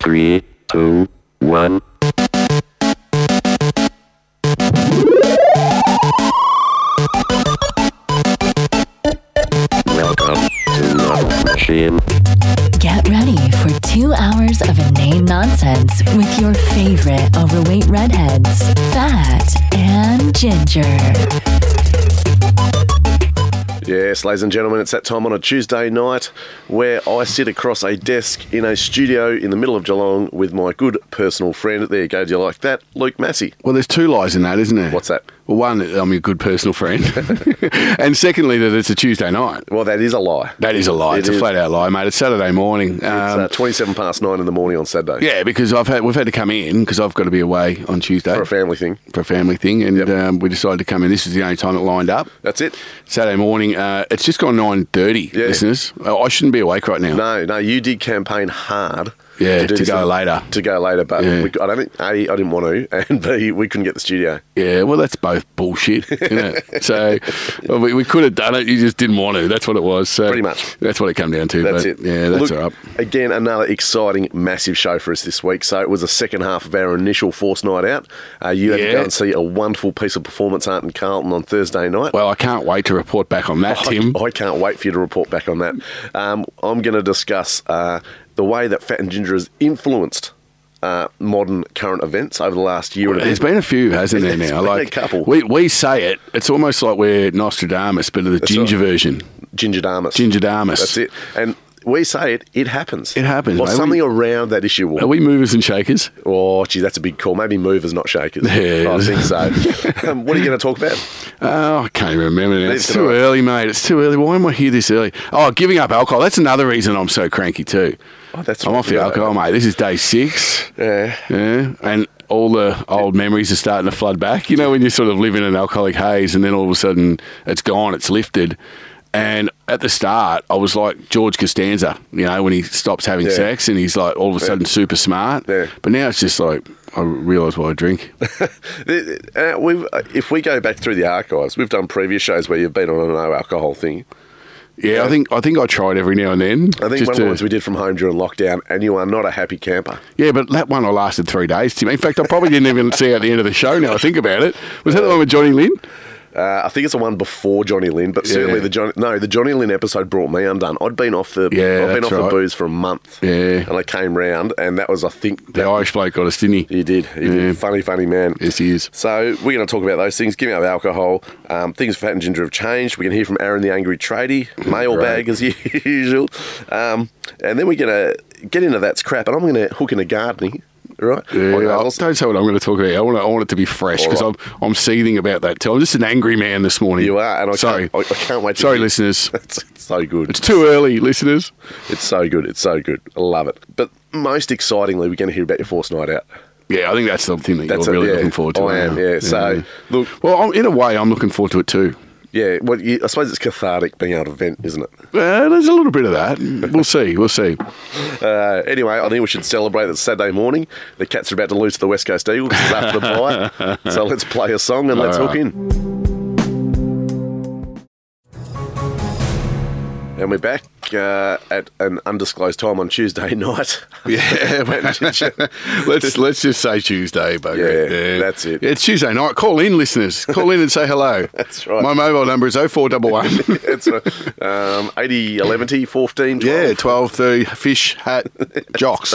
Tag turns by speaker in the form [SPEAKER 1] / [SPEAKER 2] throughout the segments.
[SPEAKER 1] three, two, one. Welcome to Love Machine.
[SPEAKER 2] Get ready for two hours of inane nonsense with your favorite overweight redheads, Fat and Ginger.
[SPEAKER 3] Yes, ladies and gentlemen, it's that time on a Tuesday night where I sit across a desk in a studio in the middle of Geelong with my good personal friend. There you go, do you like that? Luke Massey.
[SPEAKER 4] Well, there's two lies in that, isn't there?
[SPEAKER 3] What's that?
[SPEAKER 4] Well, one, that I'm your good personal friend, and secondly, that it's a Tuesday night.
[SPEAKER 3] Well, that is a lie.
[SPEAKER 4] That is a lie.
[SPEAKER 3] It
[SPEAKER 4] it's
[SPEAKER 3] is.
[SPEAKER 4] a flat out lie, mate. It's Saturday morning.
[SPEAKER 3] It's
[SPEAKER 4] Um,
[SPEAKER 3] uh, 27 past nine in the morning on Saturday
[SPEAKER 4] yeah, because I've had we've had to come in because I've got to be away on Tuesday
[SPEAKER 3] for a family thing.
[SPEAKER 4] for a family thing, and
[SPEAKER 3] Yep.
[SPEAKER 4] um, we decided to come in. This is the only time it lined up.
[SPEAKER 3] That's it.
[SPEAKER 4] Saturday morning. Uh, it's just gone nine thirty,
[SPEAKER 3] Yeah.
[SPEAKER 4] listeners. Uh, I I shouldn't be awake right now.
[SPEAKER 3] No, no, you did campaign hard.
[SPEAKER 4] Yeah,
[SPEAKER 3] do
[SPEAKER 4] to
[SPEAKER 3] this
[SPEAKER 4] go
[SPEAKER 3] in-
[SPEAKER 4] later.
[SPEAKER 3] To go later, but
[SPEAKER 4] Yeah.
[SPEAKER 3] we, I don't think, A, I didn't want to, and B, we couldn't get the studio.
[SPEAKER 4] Yeah, well, that's both bullshit, isn't it? so well, we, we could have done it. You just didn't want to. That's what it was. So
[SPEAKER 3] Pretty much.
[SPEAKER 4] That's what it came down to.
[SPEAKER 3] That's
[SPEAKER 4] but,
[SPEAKER 3] it.
[SPEAKER 4] Yeah, that's
[SPEAKER 3] Look,
[SPEAKER 4] all right.
[SPEAKER 3] Again, another exciting, massive show for us this week. So it was the second half of our initial Force Night Out. Uh, you had to go
[SPEAKER 4] Yeah.
[SPEAKER 3] and see a wonderful piece of performance art in Carlton on Thursday night.
[SPEAKER 4] Well, I can't wait to report back on that,
[SPEAKER 3] I,
[SPEAKER 4] Tim.
[SPEAKER 3] I can't wait for you to report back on that. Um, I'm going to discuss uh, the way that Fat and Ginger has influenced uh, modern current events over the last year and a
[SPEAKER 4] There's
[SPEAKER 3] bit.
[SPEAKER 4] been a few, hasn't there?
[SPEAKER 3] There's
[SPEAKER 4] Now,
[SPEAKER 3] been a
[SPEAKER 4] like
[SPEAKER 3] couple.
[SPEAKER 4] we we say it, it's almost like we're Nostradamus, but of the ginger
[SPEAKER 3] right.
[SPEAKER 4] version.
[SPEAKER 3] Ginger Damas.
[SPEAKER 4] Gingerdamus.
[SPEAKER 3] That's it. And we say it, it happens.
[SPEAKER 4] It happens,
[SPEAKER 3] Or
[SPEAKER 4] mate.
[SPEAKER 3] something
[SPEAKER 4] We-
[SPEAKER 3] around that issue will
[SPEAKER 4] Are we movers and shakers?
[SPEAKER 3] Oh, gee, that's a big call. Maybe movers, not shakers.
[SPEAKER 4] Yeah.
[SPEAKER 3] I think so. um, what are you going to talk about?
[SPEAKER 4] Oh, I can't even remember now.
[SPEAKER 3] Neither
[SPEAKER 4] It's
[SPEAKER 3] can
[SPEAKER 4] too
[SPEAKER 3] I.
[SPEAKER 4] early, mate. It's too early. Why am I here this early? Oh, giving up alcohol. That's another reason I'm so cranky too.
[SPEAKER 3] Oh, that's
[SPEAKER 4] I'm off the
[SPEAKER 3] right.
[SPEAKER 4] alcohol, mate. This is day six.
[SPEAKER 3] Yeah.
[SPEAKER 4] Yeah, and all the old memories are starting to flood back. You know, when you sort of live in an alcoholic haze and then all of a sudden it's gone, it's lifted. And at the start, I was like George Costanza, you know, when he stops having
[SPEAKER 3] Yeah.
[SPEAKER 4] sex and he's like all of a sudden super smart.
[SPEAKER 3] Yeah.
[SPEAKER 4] But now it's just like, I realise why I drink.
[SPEAKER 3] Uh, we've, uh, if we go back through the archives, we've done previous shows where you've been on a no alcohol thing.
[SPEAKER 4] Yeah, I think I think I tried every now and then.
[SPEAKER 3] I think
[SPEAKER 4] just
[SPEAKER 3] one of the
[SPEAKER 4] to-
[SPEAKER 3] ones we did from home during lockdown, and you are not a happy camper.
[SPEAKER 4] Yeah, but that one I lasted three days. Tim. In fact, I probably didn't even see out the end of the show. Now I think about it, was that the one with Johnny Lynn?
[SPEAKER 3] Uh, I think it's the one before Johnny Lynn, but certainly
[SPEAKER 4] Yeah.
[SPEAKER 3] the Johnny no the Johnny Lynn episode brought me undone. I'd been off the
[SPEAKER 4] Yeah,
[SPEAKER 3] I'd been
[SPEAKER 4] that's
[SPEAKER 3] off the
[SPEAKER 4] right.
[SPEAKER 3] booze for a month,
[SPEAKER 4] Yeah.
[SPEAKER 3] and I came round, and that was I think
[SPEAKER 4] The Irish bloke got us, didn't he?
[SPEAKER 3] He did. He
[SPEAKER 4] Yeah.
[SPEAKER 3] did. Funny, funny man.
[SPEAKER 4] Yes, he is.
[SPEAKER 3] So we're going to talk about those things. Giving up alcohol, um, things Fat and Ginger have changed. We're going to hear from Aaron the Angry Tradie, mailbag as usual, um, and then we're going to get into that's crap. And I'm going to hook into gardening, right?
[SPEAKER 4] Yeah,
[SPEAKER 3] Like,
[SPEAKER 4] I-
[SPEAKER 3] I'll-
[SPEAKER 4] don't say what I'm going to talk about. I want, I want it to be fresh
[SPEAKER 3] All
[SPEAKER 4] because
[SPEAKER 3] right.
[SPEAKER 4] I'm, I'm seething about that. Too. I'm just an angry man this morning.
[SPEAKER 3] you are, and I
[SPEAKER 4] sorry.
[SPEAKER 3] Can't, I, I can't wait. To
[SPEAKER 4] sorry,
[SPEAKER 3] hear-
[SPEAKER 4] listeners.
[SPEAKER 3] It's, it's so good.
[SPEAKER 4] It's too early, listeners.
[SPEAKER 3] It's so good. It's so good. I love it. But most excitingly, we're going to hear about your force night out.
[SPEAKER 4] Yeah, I think that's something that
[SPEAKER 3] That's
[SPEAKER 4] you're
[SPEAKER 3] it,
[SPEAKER 4] really
[SPEAKER 3] yeah.
[SPEAKER 4] looking forward to.
[SPEAKER 3] I am, yeah. So, look-
[SPEAKER 4] well, I'm, in a way, I'm looking forward to it too.
[SPEAKER 3] Yeah, well, you, I suppose it's cathartic being able to vent, isn't it?
[SPEAKER 4] Uh, there's a little bit of that. We'll see. We'll see.
[SPEAKER 3] Uh, anyway, I think we should celebrate that Saturday morning. The Cats are about to lose to the West Coast Eagles It's after the bye. So let's play a song and let's
[SPEAKER 4] All
[SPEAKER 3] hook
[SPEAKER 4] right.
[SPEAKER 3] in. And we're back uh, at an undisclosed time on Tuesday night. Yeah,
[SPEAKER 4] Let's let's just say Tuesday, bugger.
[SPEAKER 3] Yeah, that's it.
[SPEAKER 4] It's Tuesday night. Call in, listeners. Call in and say hello.
[SPEAKER 3] That's right.
[SPEAKER 4] My mobile number is 0411.
[SPEAKER 3] it's uh, um, 80, 11, 10, 14, 12.
[SPEAKER 4] yeah, 12, 30, fish, hat, jocks.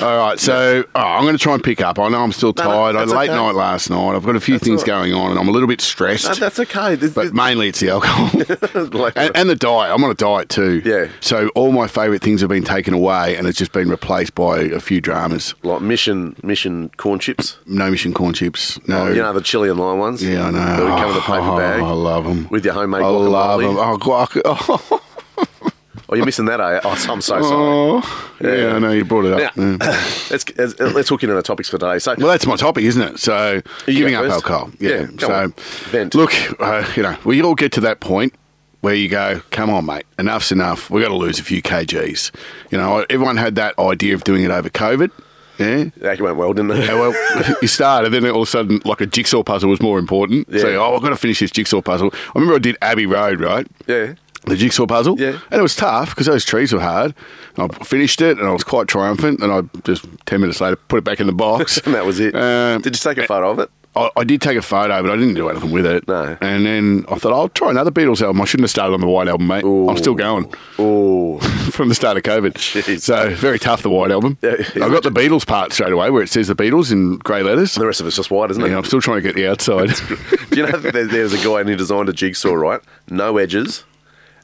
[SPEAKER 4] All right, so oh, I'm going to try and pick up. I know I'm still
[SPEAKER 3] No, no,
[SPEAKER 4] tired. I had
[SPEAKER 3] that's
[SPEAKER 4] a late
[SPEAKER 3] okay.
[SPEAKER 4] night last night. I've got a few things
[SPEAKER 3] all
[SPEAKER 4] going on, and I'm a little bit
[SPEAKER 3] No,
[SPEAKER 4] stressed.
[SPEAKER 3] that's okay. This,
[SPEAKER 4] but mainly it's the alcohol.
[SPEAKER 3] this- like-
[SPEAKER 4] And, and the diet. I'm on a diet too.
[SPEAKER 3] Yeah.
[SPEAKER 4] So all my favourite things have been taken away, and it's just been replaced by a few dramas.
[SPEAKER 3] like mission, mission corn chips.
[SPEAKER 4] No mission corn chips. No.
[SPEAKER 3] Oh, You know the chili and lime ones.
[SPEAKER 4] Yeah, I know.
[SPEAKER 3] That would come in a paper
[SPEAKER 4] Oh,
[SPEAKER 3] bag.
[SPEAKER 4] I love them.
[SPEAKER 3] With your homemade
[SPEAKER 4] I love
[SPEAKER 3] guacamole.
[SPEAKER 4] them. Oh, guac- oh,
[SPEAKER 3] Oh, you're missing that, eh? Oh, I'm so sorry.
[SPEAKER 4] oh. Yeah, I know you brought it
[SPEAKER 3] Now,
[SPEAKER 4] up. Yeah.
[SPEAKER 3] let's, let's let's hook into the topics for today. So,
[SPEAKER 4] Well, that's my topic, isn't it? So
[SPEAKER 3] You
[SPEAKER 4] giving
[SPEAKER 3] go
[SPEAKER 4] up
[SPEAKER 3] first.
[SPEAKER 4] alcohol.
[SPEAKER 3] Yeah,
[SPEAKER 4] Yeah.
[SPEAKER 3] go on.
[SPEAKER 4] so
[SPEAKER 3] Vent.
[SPEAKER 4] look, uh, you know, we all get to that point where you go, "Come on, mate, enough's enough. We've got to lose a few kgs." You know, everyone had that idea of doing it over COVID. Yeah.
[SPEAKER 3] that went well, didn't it?
[SPEAKER 4] Yeah, well, you started, then all of a sudden, like a jigsaw puzzle was more important. So,
[SPEAKER 3] Yeah.
[SPEAKER 4] oh, I've got to finish this jigsaw puzzle. I remember I did Abbey Road, right?
[SPEAKER 3] Yeah.
[SPEAKER 4] the jigsaw puzzle.
[SPEAKER 3] Yeah.
[SPEAKER 4] And it was tough because those trees were hard. And I finished it and I was quite triumphant. And I just, 10 minutes later, put it back in the box.
[SPEAKER 3] And that was it.
[SPEAKER 4] Um,
[SPEAKER 3] Did you take a photo of it?
[SPEAKER 4] I, I did take a photo, but I didn't do anything with it.
[SPEAKER 3] No.
[SPEAKER 4] And then I thought, I'll try another Beatles album. I shouldn't have started on the White Album, mate. I'm still going
[SPEAKER 3] Oh,
[SPEAKER 4] from the start of COVID.
[SPEAKER 3] Jeez.
[SPEAKER 4] So, very tough, the White Album.
[SPEAKER 3] Yeah, yeah.
[SPEAKER 4] I got the Beatles part straight away where it says the Beatles in grey letters.
[SPEAKER 3] the rest of it's just white, isn't it?
[SPEAKER 4] Yeah, I'm still trying to get the outside.
[SPEAKER 3] Do you know that there- there's a guy and he designed a jigsaw, right? No edges,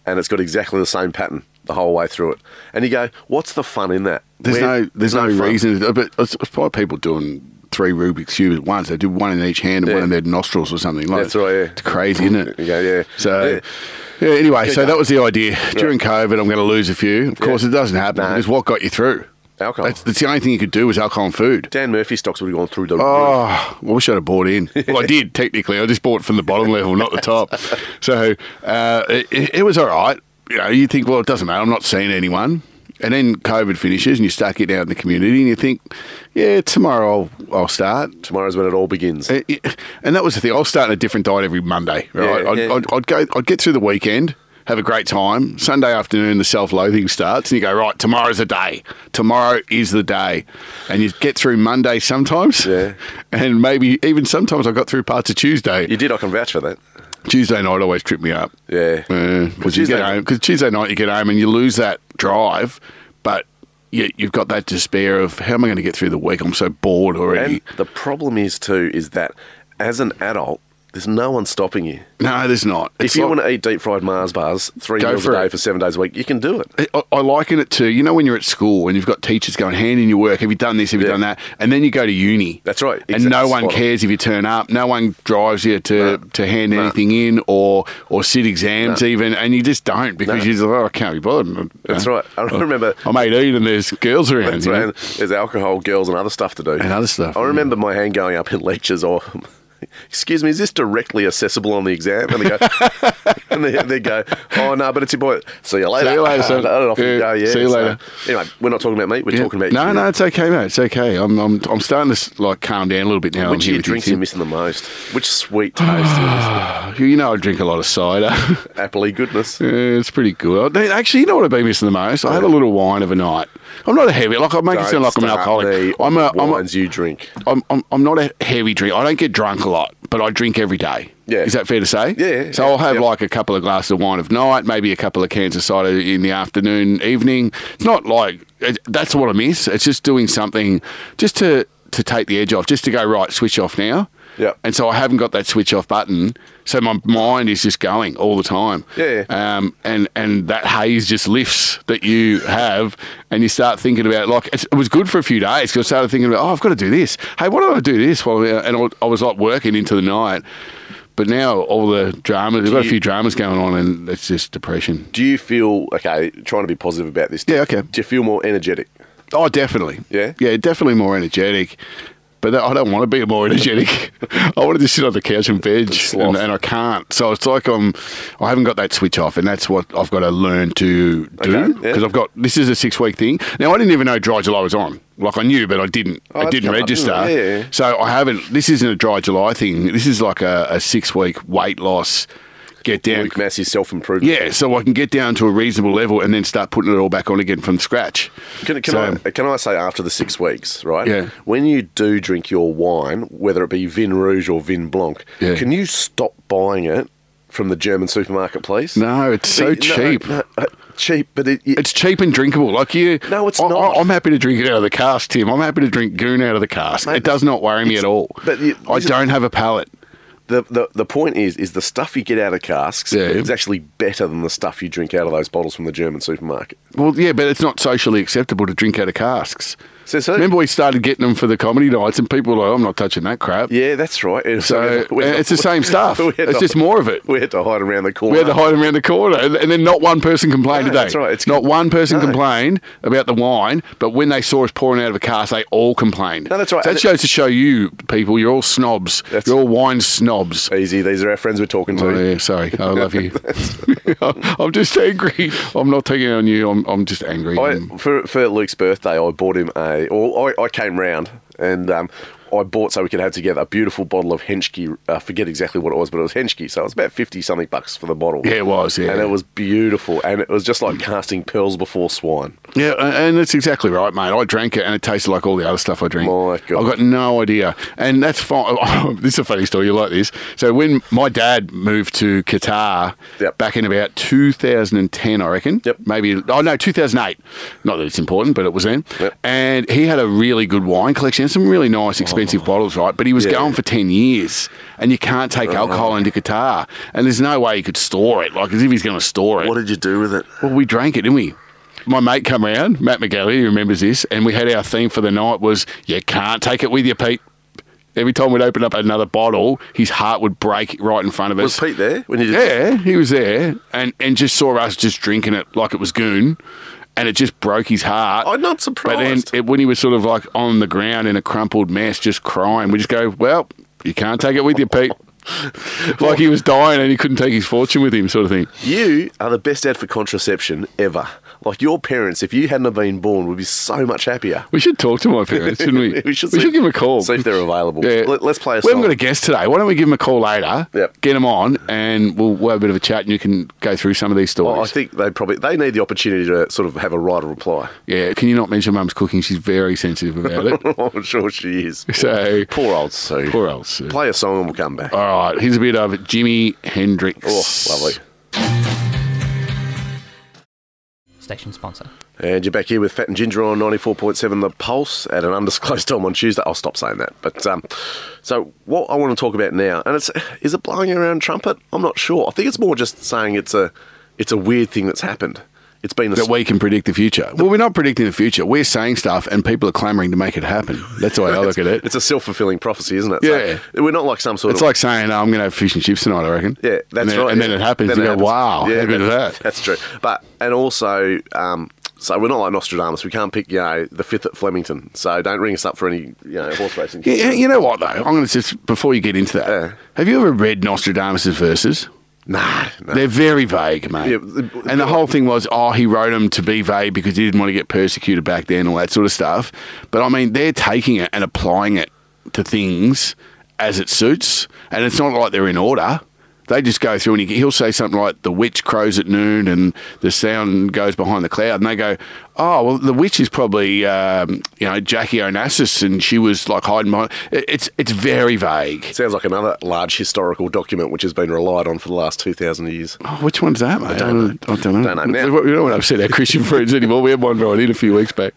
[SPEAKER 3] and it's got exactly the same pattern the whole way through it. And you go, what's the fun in that?
[SPEAKER 4] There's
[SPEAKER 3] Where-
[SPEAKER 4] no there's, no,
[SPEAKER 3] fun.
[SPEAKER 4] reason. Uh, But it's, it's probably people doing three Rubik's cubes at once. They do one in each hand and
[SPEAKER 3] Yeah.
[SPEAKER 4] one in their nostrils or something. Like
[SPEAKER 3] That's right, yeah.
[SPEAKER 4] It's crazy, isn't it?
[SPEAKER 3] Yeah, yeah.
[SPEAKER 4] So.
[SPEAKER 3] Yeah.
[SPEAKER 4] Yeah. Anyway, so that was the idea. During COVID, I'm going to lose a few. Of course, it doesn't happen.
[SPEAKER 3] No.
[SPEAKER 4] It's what got you through.
[SPEAKER 3] Alcohol.
[SPEAKER 4] That's, that's the only thing you could do was alcohol and food.
[SPEAKER 3] Dan Murphy stocks would have gone through the roof.
[SPEAKER 4] Oh, I wish I'd have bought in. Well, I did technically. I just bought from the bottom level, not the top. So uh, it- it, it was all right. You know, you think, well, it doesn't matter. I'm not seeing anyone. And then COVID finishes, and you start getting out in the community, and you think, yeah, tomorrow I'll, I'll start.
[SPEAKER 3] Tomorrow's when it all begins.
[SPEAKER 4] Uh, yeah. And that was the thing. I'll start on a different diet every Monday. Right?
[SPEAKER 3] Yeah,
[SPEAKER 4] I'd,
[SPEAKER 3] yeah.
[SPEAKER 4] I'd, I'd go. I'd get through the weekend, have a great time. Sunday afternoon, the self-loathing starts, and you go, right, tomorrow's the day. Tomorrow is the day, and you get through Monday sometimes.
[SPEAKER 3] Yeah.
[SPEAKER 4] And maybe even sometimes I got through parts of Tuesday.
[SPEAKER 3] You did, I can vouch for that.
[SPEAKER 4] Tuesday night always tripped me up.
[SPEAKER 3] Yeah. Well,
[SPEAKER 4] Because you
[SPEAKER 3] Tuesday-
[SPEAKER 4] get home. Because Tuesday night you get home and you lose that drive, but. You, you've got that despair of how am I going to get through the week? I'm so bored already.
[SPEAKER 3] And the problem is, too, is that as an adult, there's no one stopping you.
[SPEAKER 4] no, there's not.
[SPEAKER 3] If
[SPEAKER 4] It's
[SPEAKER 3] you
[SPEAKER 4] like-
[SPEAKER 3] want to eat deep fried Mars bars three
[SPEAKER 4] Go
[SPEAKER 3] meals a
[SPEAKER 4] for
[SPEAKER 3] day
[SPEAKER 4] it.
[SPEAKER 3] for seven days a week, you can do it.
[SPEAKER 4] I, I liken it to you know when you're at school and you've got teachers going hand in your work. Have you done this? Have you
[SPEAKER 3] Yeah.
[SPEAKER 4] done that? And then you go to uni.
[SPEAKER 3] That's right.
[SPEAKER 4] and
[SPEAKER 3] Exactly.
[SPEAKER 4] no one
[SPEAKER 3] Spot on.
[SPEAKER 4] cares if you turn up. No one drives you to,
[SPEAKER 3] No.
[SPEAKER 4] to hand anything in or or sit exams even. And you just don't because you're just like, oh, I can't be bothered.
[SPEAKER 3] That's
[SPEAKER 4] You know?
[SPEAKER 3] right. I remember-
[SPEAKER 4] I'm 18 and there's girls around.
[SPEAKER 3] That's
[SPEAKER 4] you know?
[SPEAKER 3] right. There's alcohol, girls, and other stuff to do.
[SPEAKER 4] And other stuff,
[SPEAKER 3] I
[SPEAKER 4] yeah.
[SPEAKER 3] remember my hand going up in lectures or. Excuse me, is this directly accessible on the exam? And they go, and they, they go, oh no, but it's your boy. See you later.
[SPEAKER 4] See you later, son.
[SPEAKER 3] And off you
[SPEAKER 4] Yeah,
[SPEAKER 3] go, yeah.
[SPEAKER 4] see you
[SPEAKER 3] So,
[SPEAKER 4] later.
[SPEAKER 3] anyway, we're not talking about me. We're
[SPEAKER 4] Yeah.
[SPEAKER 3] talking about
[SPEAKER 4] no,
[SPEAKER 3] you.
[SPEAKER 4] no, it's okay, mate. It's okay. I'm, I'm, I'm starting to s- like calm down a little bit now. I'm
[SPEAKER 3] Which
[SPEAKER 4] here
[SPEAKER 3] of your
[SPEAKER 4] with
[SPEAKER 3] drinks
[SPEAKER 4] you,
[SPEAKER 3] are you
[SPEAKER 4] Tim.
[SPEAKER 3] missing the most? Which sweet taste? is
[SPEAKER 4] You know, I drink a lot of cider.
[SPEAKER 3] Appley goodness.
[SPEAKER 4] Yeah, it's pretty good. I- Actually, you know what I've been missing the most? I have a little wine of a night. I'm not a heavy. Like I make it
[SPEAKER 3] Don't
[SPEAKER 4] sound like I'm an
[SPEAKER 3] start me
[SPEAKER 4] alcoholic. I'm
[SPEAKER 3] on
[SPEAKER 4] a,
[SPEAKER 3] the
[SPEAKER 4] I'm, a,
[SPEAKER 3] wines you drink.
[SPEAKER 4] I'm, I'm, I'm not a heavy drinker. I don't get drunk a lot, but I drink every day.
[SPEAKER 3] Yeah.
[SPEAKER 4] Is that fair to say?
[SPEAKER 3] Yeah, yeah,
[SPEAKER 4] So
[SPEAKER 3] yeah,
[SPEAKER 4] I'll have
[SPEAKER 3] yeah.
[SPEAKER 4] like a couple of glasses of wine of night, maybe a couple of cans of cider in the afternoon, evening. It's not like it, that's what I miss. It's just doing something just to to take the edge off, just to go right, switch off now.
[SPEAKER 3] Yeah.
[SPEAKER 4] And so I haven't got that switch off button, so my mind is just going all the time.
[SPEAKER 3] Yeah,
[SPEAKER 4] Um, and and that haze just lifts that you have, and you start thinking about like it's, it was good for a few days because I started thinking about oh I've got to do this. Hey, why don't I do this? While we are-" and I- I was like working into the night, but now all the dramas. We've got a
[SPEAKER 3] you-
[SPEAKER 4] few dramas going on, and it's just depression.
[SPEAKER 3] Do you feel okay? Trying to be positive about this.
[SPEAKER 4] Yeah, okay.
[SPEAKER 3] Do you feel more energetic?
[SPEAKER 4] Oh, definitely.
[SPEAKER 3] Yeah?
[SPEAKER 4] Yeah, definitely more energetic. But that, I don't want to be more energetic. I want to just sit on the couch and veg, and,
[SPEAKER 3] Sloth.
[SPEAKER 4] and I can't. So it's like I'm, I haven't got that switch off, and that's what I've got to learn to do because
[SPEAKER 3] Okay, yeah.
[SPEAKER 4] I've got this is a six week thing. Now I didn't even know dry July was on. Like I knew, but I didn't.
[SPEAKER 3] Oh,
[SPEAKER 4] I
[SPEAKER 3] that's
[SPEAKER 4] didn't
[SPEAKER 3] come up,
[SPEAKER 4] register.
[SPEAKER 3] isn't it? Yeah, yeah.
[SPEAKER 4] So I haven't. This isn't a dry July thing. This is like a, a six week weight loss, get down,
[SPEAKER 3] Luke Massey's self improvement.
[SPEAKER 4] yeah, so I can get down to a reasonable level and then start putting it all back on again from scratch.
[SPEAKER 3] Can, can,
[SPEAKER 4] So-
[SPEAKER 3] I, can I say after the six weeks, right?
[SPEAKER 4] Yeah.
[SPEAKER 3] When you do drink your wine, whether it be Vin Rouge or Vin Blanc,
[SPEAKER 4] Yeah.
[SPEAKER 3] can you stop buying it from the German supermarket, please?
[SPEAKER 4] No, it's
[SPEAKER 3] See,
[SPEAKER 4] so
[SPEAKER 3] no,
[SPEAKER 4] cheap.
[SPEAKER 3] no, uh, cheap, but it, it-
[SPEAKER 4] It's cheap and drinkable. Like you,
[SPEAKER 3] No, it's
[SPEAKER 4] I,
[SPEAKER 3] not.
[SPEAKER 4] I, am happy to drink it out of the cask, Tim. I'm happy to drink goon out of the cask.
[SPEAKER 3] Mate,
[SPEAKER 4] it does not worry me at all.
[SPEAKER 3] but you-
[SPEAKER 4] I
[SPEAKER 3] this is-
[SPEAKER 4] don't have a palate.
[SPEAKER 3] the, the the point is, is the stuff you get out of casks
[SPEAKER 4] Yeah.
[SPEAKER 3] is actually better than the stuff you drink out of those bottles from the German supermarket.
[SPEAKER 4] Well, yeah, but it's not socially acceptable to drink out of casks.
[SPEAKER 3] So, so
[SPEAKER 4] Remember, we started getting them for the comedy nights, and people were like, "Oh, "I'm not touching that crap."
[SPEAKER 3] yeah, that's right. And
[SPEAKER 4] So uh,
[SPEAKER 3] we had to-
[SPEAKER 4] it's the same stuff.
[SPEAKER 3] we had
[SPEAKER 4] It's
[SPEAKER 3] to-
[SPEAKER 4] just more of it.
[SPEAKER 3] We had to hide around the corner.
[SPEAKER 4] We had to hide them around the corner, and and then not one person complained
[SPEAKER 3] No,
[SPEAKER 4] today.
[SPEAKER 3] that's right. It's
[SPEAKER 4] not one person
[SPEAKER 3] No.
[SPEAKER 4] complained about the wine, but when they saw us pouring out of a cask, they all complained.
[SPEAKER 3] No, that's right.
[SPEAKER 4] So
[SPEAKER 3] And
[SPEAKER 4] that
[SPEAKER 3] it-
[SPEAKER 4] shows to show you people, you're all snobs.
[SPEAKER 3] That's-
[SPEAKER 4] you're all wine snobs.
[SPEAKER 3] Easy. These are our friends we're talking to.
[SPEAKER 4] Oh, yeah, sorry. I love you. I'm just angry. I'm not taking it on you. I'm, I'm just angry.
[SPEAKER 3] I, for for Luke's birthday, I bought him a. Or I, I came round and um, I bought so we could have together a beautiful bottle of Henschke. I forget exactly what it was, but it was Henschke. So it was about 50 something bucks for the bottle.
[SPEAKER 4] Yeah, it was, yeah.
[SPEAKER 3] And it was beautiful. And it was just like casting pearls before swine.
[SPEAKER 4] Yeah, a- and that's exactly right, mate. I drank it and it tasted like all the other stuff I drink.
[SPEAKER 3] My God.
[SPEAKER 4] I've got no idea. And that's fine. this is a funny story. You like this. So when my dad moved to Qatar
[SPEAKER 3] Yep.
[SPEAKER 4] back in about 2010, I reckon.
[SPEAKER 3] Yep.
[SPEAKER 4] Maybe, oh no, 2008. Not that it's important, but it was then.
[SPEAKER 3] Yep. Oh.
[SPEAKER 4] And he had a really good wine collection, some really nice, expensive bottles, right? But he was
[SPEAKER 3] Yeah. Oh.
[SPEAKER 4] going for 10 years. And you can't take alcohol into Qatar. And there's no way he could store it. Like, as if he's going to store it.
[SPEAKER 3] did you do with it?
[SPEAKER 4] Well, we drank it, didn't we? My mate come round, Matt McGalley, who remembers this, and we had our theme for the night was you can't take it with you, Pete. Every time we'd open up another bottle, his heart would break right in front of
[SPEAKER 3] Was
[SPEAKER 4] us.
[SPEAKER 3] Pete there when you did
[SPEAKER 4] yeah, he was there and, and just saw us just drinking it like it was goon. And it just broke his heart.
[SPEAKER 3] I'm not
[SPEAKER 4] But then
[SPEAKER 3] surprised.
[SPEAKER 4] it, when he was sort of like on the ground in a crumpled mess, just crying, we just go, well, you can't take it with you, Pete. like he was dying and he couldn't take his fortune with him, sort of thing.
[SPEAKER 3] You are the best dad for contraception ever. Like your parents, if you hadn't have been born, would be so much happier.
[SPEAKER 4] We should talk to my parents, shouldn't we?
[SPEAKER 3] We should
[SPEAKER 4] we
[SPEAKER 3] see-
[SPEAKER 4] should give them a call.
[SPEAKER 3] see if they're available. Let- let's play a
[SPEAKER 4] We haven't
[SPEAKER 3] song.
[SPEAKER 4] got a guest today. Why don't we give them a call later?
[SPEAKER 3] Yep.
[SPEAKER 4] Get them on, and we'll, we'll have a bit of a chat, and you can go through some of these stories.
[SPEAKER 3] Well, Oh, I think they probably they need the opportunity to sort of have a right of reply.
[SPEAKER 4] yeah. Can you not mention Mum's cooking? She's very sensitive about it.
[SPEAKER 3] I'm sure she is.
[SPEAKER 4] so
[SPEAKER 3] Poor old Sue.
[SPEAKER 4] poor Oh, old Sue.
[SPEAKER 3] Play a song and we'll come back.
[SPEAKER 4] All right. Here's a bit of Jimi Hendrix.
[SPEAKER 3] Oh, lovely.
[SPEAKER 5] Station sponsor.
[SPEAKER 3] And you're back here with Fat and Ginger on 94.7 The Pulse at an undisclosed time on Tuesday. I'll stop saying that. But um, so what I want to talk about now, and it's is it blowing around trumpet? I'm not sure. I think it's more just saying it's a it's a weird thing that's happened. It's been a
[SPEAKER 4] That we can predict the future. Well, we're not predicting the future. We're saying stuff, and people are clamouring to make it happen. That's the way I look at it.
[SPEAKER 3] It's a self fulfilling prophecy, isn't it?
[SPEAKER 4] Yeah.
[SPEAKER 3] So we're not like some sort
[SPEAKER 4] It's
[SPEAKER 3] of
[SPEAKER 4] like saying, oh, I'm going to have fish and chips tonight, I reckon.
[SPEAKER 3] Yeah, that's
[SPEAKER 4] and then,
[SPEAKER 3] right.
[SPEAKER 4] And
[SPEAKER 3] yeah.
[SPEAKER 4] then it happens.
[SPEAKER 3] Then
[SPEAKER 4] you
[SPEAKER 3] it
[SPEAKER 4] go,
[SPEAKER 3] happens.
[SPEAKER 4] wow,
[SPEAKER 3] Yeah,
[SPEAKER 4] how good is that?
[SPEAKER 3] That's true. But and also, um, so we're not like Nostradamus. We can't pick you know the fifth at Flemington. So don't ring us up for any you know horse racing.
[SPEAKER 4] Yeah, yeah, you know what though? I'm going to just before you get into that.
[SPEAKER 3] Yeah.
[SPEAKER 4] Have you ever read Nostradamus's verses?
[SPEAKER 3] Nah, nah.
[SPEAKER 4] They're very vague, mate.
[SPEAKER 3] Yeah, the-
[SPEAKER 4] and the whole thing was, oh, he wrote them to be vague because he didn't want to get persecuted back then, all that sort of stuff. But I mean, they're taking it and applying it to things as it suits, and it's not like they're in order. They just go through, and he, he'll say something like, "The witch crows at noon, and the sound goes behind the cloud." And they go, "Oh, well, the witch is probably, um, you know, Jackie Onassis, and she was like hiding behind." It- It's it's very vague.
[SPEAKER 3] Sounds like another large historical document which has been relied on for the last 2,000 years.
[SPEAKER 4] Oh, which one's that, mate? I don't, know. I don't know.
[SPEAKER 3] Don't know now.
[SPEAKER 4] We don't want to upset our Christian friends anymore. We had one right in a few weeks back.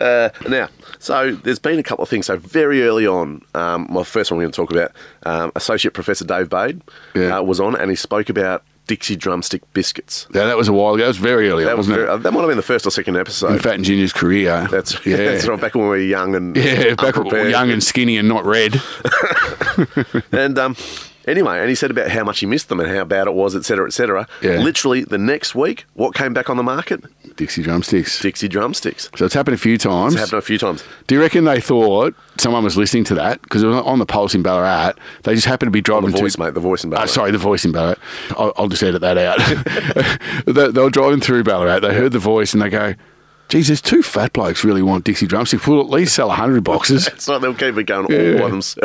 [SPEAKER 3] Uh, Now, so there's been a couple of things. So very early on, um, my first one we're going to talk about, um, Associate Professor Dave Bade
[SPEAKER 4] Yeah.
[SPEAKER 3] uh, was on and he spoke about Dixie drumstick biscuits.
[SPEAKER 4] Yeah, that was a while ago. It was very early,
[SPEAKER 3] That
[SPEAKER 4] on,
[SPEAKER 3] was
[SPEAKER 4] wasn't
[SPEAKER 3] very,
[SPEAKER 4] it?
[SPEAKER 3] uh, that might have been the first or second episode.
[SPEAKER 4] In Fat and Ginger's career.
[SPEAKER 3] That's
[SPEAKER 4] yeah.
[SPEAKER 3] that's right. Back when we were young and
[SPEAKER 4] Yeah, back when we were
[SPEAKER 3] unprepared.
[SPEAKER 4] young and skinny and not red.
[SPEAKER 3] and um, anyway, and he said about how much he missed them and how bad it was, et cetera, et cetera.
[SPEAKER 4] Yeah.
[SPEAKER 3] Literally the next week, what came back on the market?
[SPEAKER 4] Dixie drumsticks.
[SPEAKER 3] Dixie drumsticks.
[SPEAKER 4] So it's happened a few times.
[SPEAKER 3] It's happened a few times.
[SPEAKER 4] Do you reckon they thought someone was listening to that? Because it was on the pulse in Ballarat. They just happened to be driving
[SPEAKER 3] The
[SPEAKER 4] to-
[SPEAKER 3] voice, mate. The voice in
[SPEAKER 4] Uh,
[SPEAKER 3] Ballarat.
[SPEAKER 4] sorry, the voice in Ballarat. I'll, I'll just edit that out. they, they were driving through Ballarat. They heard the voice and they go, geez, there's two fat blokes really want Dixie drumsticks. We'll at least sell 100 boxes.
[SPEAKER 3] It's like they'll keep it going all by themselves.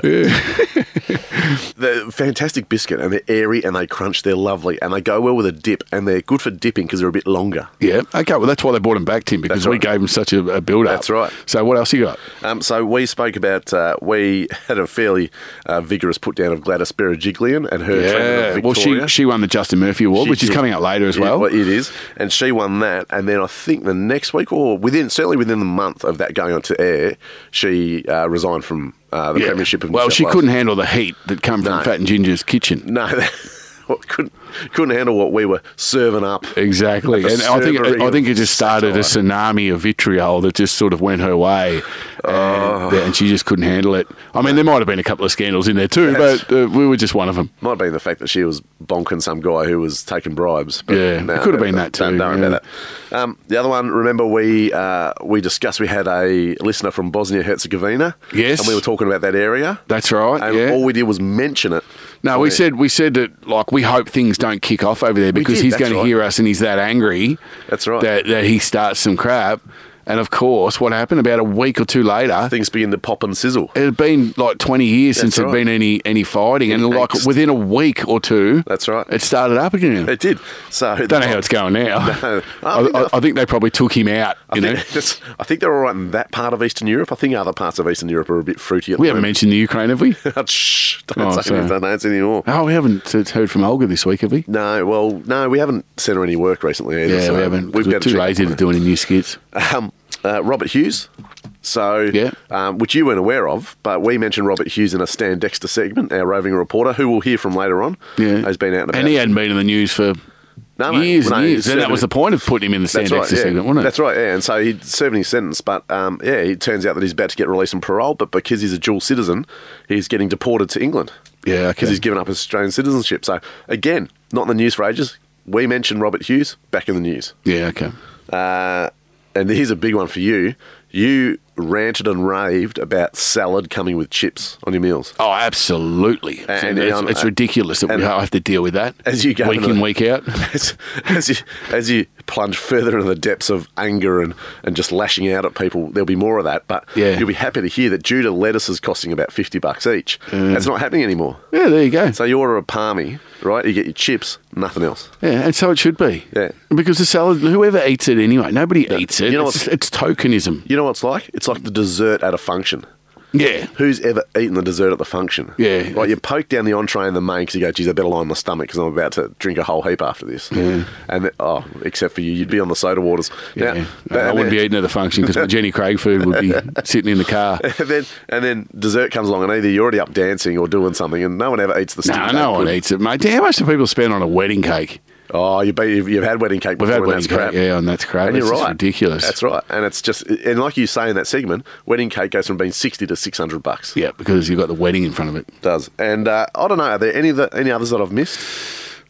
[SPEAKER 3] they're fantastic biscuit, and they're airy, and they crunch. They're lovely, and they go well with a dip, and they're good for dipping because they're a bit longer.
[SPEAKER 4] yeah. Okay. Well, that's why they brought them back, Tim, because
[SPEAKER 3] That's
[SPEAKER 4] we
[SPEAKER 3] right.
[SPEAKER 4] gave them such a, a build up.
[SPEAKER 3] That's right.
[SPEAKER 4] So what else you got?
[SPEAKER 3] Um, so we spoke about uh, we had a fairly uh, vigorous put down of Gladys Berejiklian and her treatment of
[SPEAKER 4] Yeah.
[SPEAKER 3] Victoria.
[SPEAKER 4] Well, she, she won the Justin Murphy Award,
[SPEAKER 3] She
[SPEAKER 4] which
[SPEAKER 3] did.
[SPEAKER 4] is coming out later as
[SPEAKER 3] Yeah,
[SPEAKER 4] well.
[SPEAKER 3] It is, and she won that, and then I think the next week or within certainly within the month of that going on to air, she uh, resigned from uh, the
[SPEAKER 4] Yeah.
[SPEAKER 3] premiership. Of New
[SPEAKER 4] Well,
[SPEAKER 3] South
[SPEAKER 4] she
[SPEAKER 3] Wales.
[SPEAKER 4] couldn't handle the heat that come from
[SPEAKER 3] No.
[SPEAKER 4] Fat and Ginger's kitchen.
[SPEAKER 3] No, what- couldn't couldn't handle what we were serving up.
[SPEAKER 4] Exactly,
[SPEAKER 3] The
[SPEAKER 4] and I think
[SPEAKER 3] servery
[SPEAKER 4] I think it
[SPEAKER 3] of
[SPEAKER 4] just started a tsunami of vitriol that just sort of went her way, and,
[SPEAKER 3] Oh.
[SPEAKER 4] and she just couldn't handle it. I mean, there might have been a couple of scandals in there too,
[SPEAKER 3] That's-
[SPEAKER 4] but uh, we were just one of them.
[SPEAKER 3] Might have been the fact that she was bonking some guy who was taking bribes. But
[SPEAKER 4] Yeah, it could have been that
[SPEAKER 3] don't-
[SPEAKER 4] too,
[SPEAKER 3] Don't worry
[SPEAKER 4] yeah.
[SPEAKER 3] about that. Um, the other one, remember we uh, we discussed we had a listener from Bosnia Herzegovina.
[SPEAKER 4] Yes.
[SPEAKER 3] and we were talking about that area.
[SPEAKER 4] That's right.
[SPEAKER 3] and
[SPEAKER 4] yeah.
[SPEAKER 3] all we did was mention it.
[SPEAKER 4] no, we said we said that like we hope things don't kick off over there because
[SPEAKER 3] did,
[SPEAKER 4] he's
[SPEAKER 3] that's
[SPEAKER 4] going
[SPEAKER 3] right.
[SPEAKER 4] to hear us and he's that angry.
[SPEAKER 3] That's right.
[SPEAKER 4] That that he starts some crap. And of course, what happened about a week or two later,
[SPEAKER 3] Things begin to pop and sizzle.
[SPEAKER 4] it had been like 20 years since
[SPEAKER 3] That's
[SPEAKER 4] there'd been any, any fighting. And
[SPEAKER 3] Any
[SPEAKER 4] like
[SPEAKER 3] angst.
[SPEAKER 4] within a week or two,
[SPEAKER 3] That's right.
[SPEAKER 4] it started up again.
[SPEAKER 3] It did. So
[SPEAKER 4] don't know how it's going now.
[SPEAKER 3] No. I
[SPEAKER 4] I,
[SPEAKER 3] think
[SPEAKER 4] I,
[SPEAKER 3] that-
[SPEAKER 4] I think they probably took him out.
[SPEAKER 3] I
[SPEAKER 4] You know,
[SPEAKER 3] think, that's- I think they're all right in that part of Eastern Europe. I think other parts of Eastern Europe are a bit fruity. At
[SPEAKER 4] we
[SPEAKER 3] the
[SPEAKER 4] haven't
[SPEAKER 3] moment.
[SPEAKER 4] mentioned the Ukraine, have we?
[SPEAKER 3] Shh, don't
[SPEAKER 4] Oh,
[SPEAKER 3] say
[SPEAKER 4] sorry.
[SPEAKER 3] anything, don't answer anymore.
[SPEAKER 4] Oh, we haven't uh, heard from Olga this week, have we?
[SPEAKER 3] No, well, no, we haven't sent her any work recently. Either,
[SPEAKER 4] Yeah,
[SPEAKER 3] so
[SPEAKER 4] we haven't.
[SPEAKER 3] We've
[SPEAKER 4] we are
[SPEAKER 3] got to
[SPEAKER 4] too
[SPEAKER 3] check-
[SPEAKER 4] lazy to do any new skits.
[SPEAKER 3] Um, uh, Robert Hughes. So,
[SPEAKER 4] Yeah.
[SPEAKER 3] um, which you weren't aware of, but we mentioned Robert Hughes in a Stan Dexter segment, our roving reporter, who we'll hear from later on.
[SPEAKER 4] Yeah,
[SPEAKER 3] Has been out and about.
[SPEAKER 4] and he hadn't been in the news for
[SPEAKER 3] No, mate,
[SPEAKER 4] years
[SPEAKER 3] no,
[SPEAKER 4] and
[SPEAKER 3] he
[SPEAKER 4] years. And
[SPEAKER 3] served
[SPEAKER 4] that was
[SPEAKER 3] his-
[SPEAKER 4] the point of putting him in the Stand Dexter
[SPEAKER 3] yeah.
[SPEAKER 4] segment, wasn't it?
[SPEAKER 3] That's right, yeah. And so he'd serving his sentence, but um, yeah, it turns out that he's about to get released on parole, but because he's a dual citizen, he's getting deported to England.
[SPEAKER 4] Yeah,
[SPEAKER 3] Because
[SPEAKER 4] okay.
[SPEAKER 3] he's given up his Australian citizenship. So, again, not in the news for ages. We mentioned Robert Hughes, back in the news.
[SPEAKER 4] Yeah, okay.
[SPEAKER 3] Uh, and here's a big one for you. You ranted and raved about salad coming with chips on your meals.
[SPEAKER 4] Oh, absolutely.
[SPEAKER 3] And-
[SPEAKER 4] So
[SPEAKER 3] and
[SPEAKER 4] it's,
[SPEAKER 3] I'm-
[SPEAKER 4] it's ridiculous that
[SPEAKER 3] and-
[SPEAKER 4] we have to deal with that
[SPEAKER 3] As you go
[SPEAKER 4] week
[SPEAKER 3] into
[SPEAKER 4] in,
[SPEAKER 3] the-
[SPEAKER 4] week out.
[SPEAKER 3] As, as you as you plunge further into the depths of anger and, and just lashing out at people, there'll be more of that. But
[SPEAKER 4] Yeah.
[SPEAKER 3] you'll be happy to hear that due to lettuce is costing about fifty bucks each. That's not happening anymore.
[SPEAKER 4] Yeah, there you go.
[SPEAKER 3] So you order a palmy, right? You get your chips, nothing else.
[SPEAKER 4] Yeah, and so it should be.
[SPEAKER 3] Yeah.
[SPEAKER 4] Because the salad, whoever eats it anyway, nobody eats it.
[SPEAKER 3] You know
[SPEAKER 4] it's, it's tokenism.
[SPEAKER 3] You know what it's like? It's like the dessert at a function.
[SPEAKER 4] Yeah.
[SPEAKER 3] Who's ever eaten the dessert at the function?
[SPEAKER 4] Yeah.
[SPEAKER 3] Like you poke down the entree and the main because you go, geez, I better line my stomach because I'm about to drink a whole heap after this. Yeah. And th- oh, except for you, you'd be on the soda waters.
[SPEAKER 4] Yeah.
[SPEAKER 3] Now-
[SPEAKER 4] I
[SPEAKER 3] and
[SPEAKER 4] wouldn't be
[SPEAKER 3] then-
[SPEAKER 4] eating at the function because my Jenny Craig food would be sitting in the car.
[SPEAKER 3] And then, and then dessert comes along, and either you're already up dancing or doing something, and no one ever eats the.
[SPEAKER 4] No,
[SPEAKER 3] stupid
[SPEAKER 4] no
[SPEAKER 3] apple.
[SPEAKER 4] one eats it, mate. How much do people spend on a wedding cake?
[SPEAKER 3] Oh, you be, you've, you've had wedding cake.
[SPEAKER 4] We've
[SPEAKER 3] before,
[SPEAKER 4] had
[SPEAKER 3] and
[SPEAKER 4] wedding
[SPEAKER 3] that's
[SPEAKER 4] cake,
[SPEAKER 3] crap.
[SPEAKER 4] yeah, and that's crap.
[SPEAKER 3] And
[SPEAKER 4] It's
[SPEAKER 3] you're
[SPEAKER 4] just
[SPEAKER 3] right.
[SPEAKER 4] ridiculous.
[SPEAKER 3] That's right, and it's just and like you say in that segment, wedding cake goes from being sixty to six hundred bucks.
[SPEAKER 4] Yeah, because you've got the wedding in front of it.
[SPEAKER 3] It does. And uh, I don't know, are there any of the, any others that I've missed?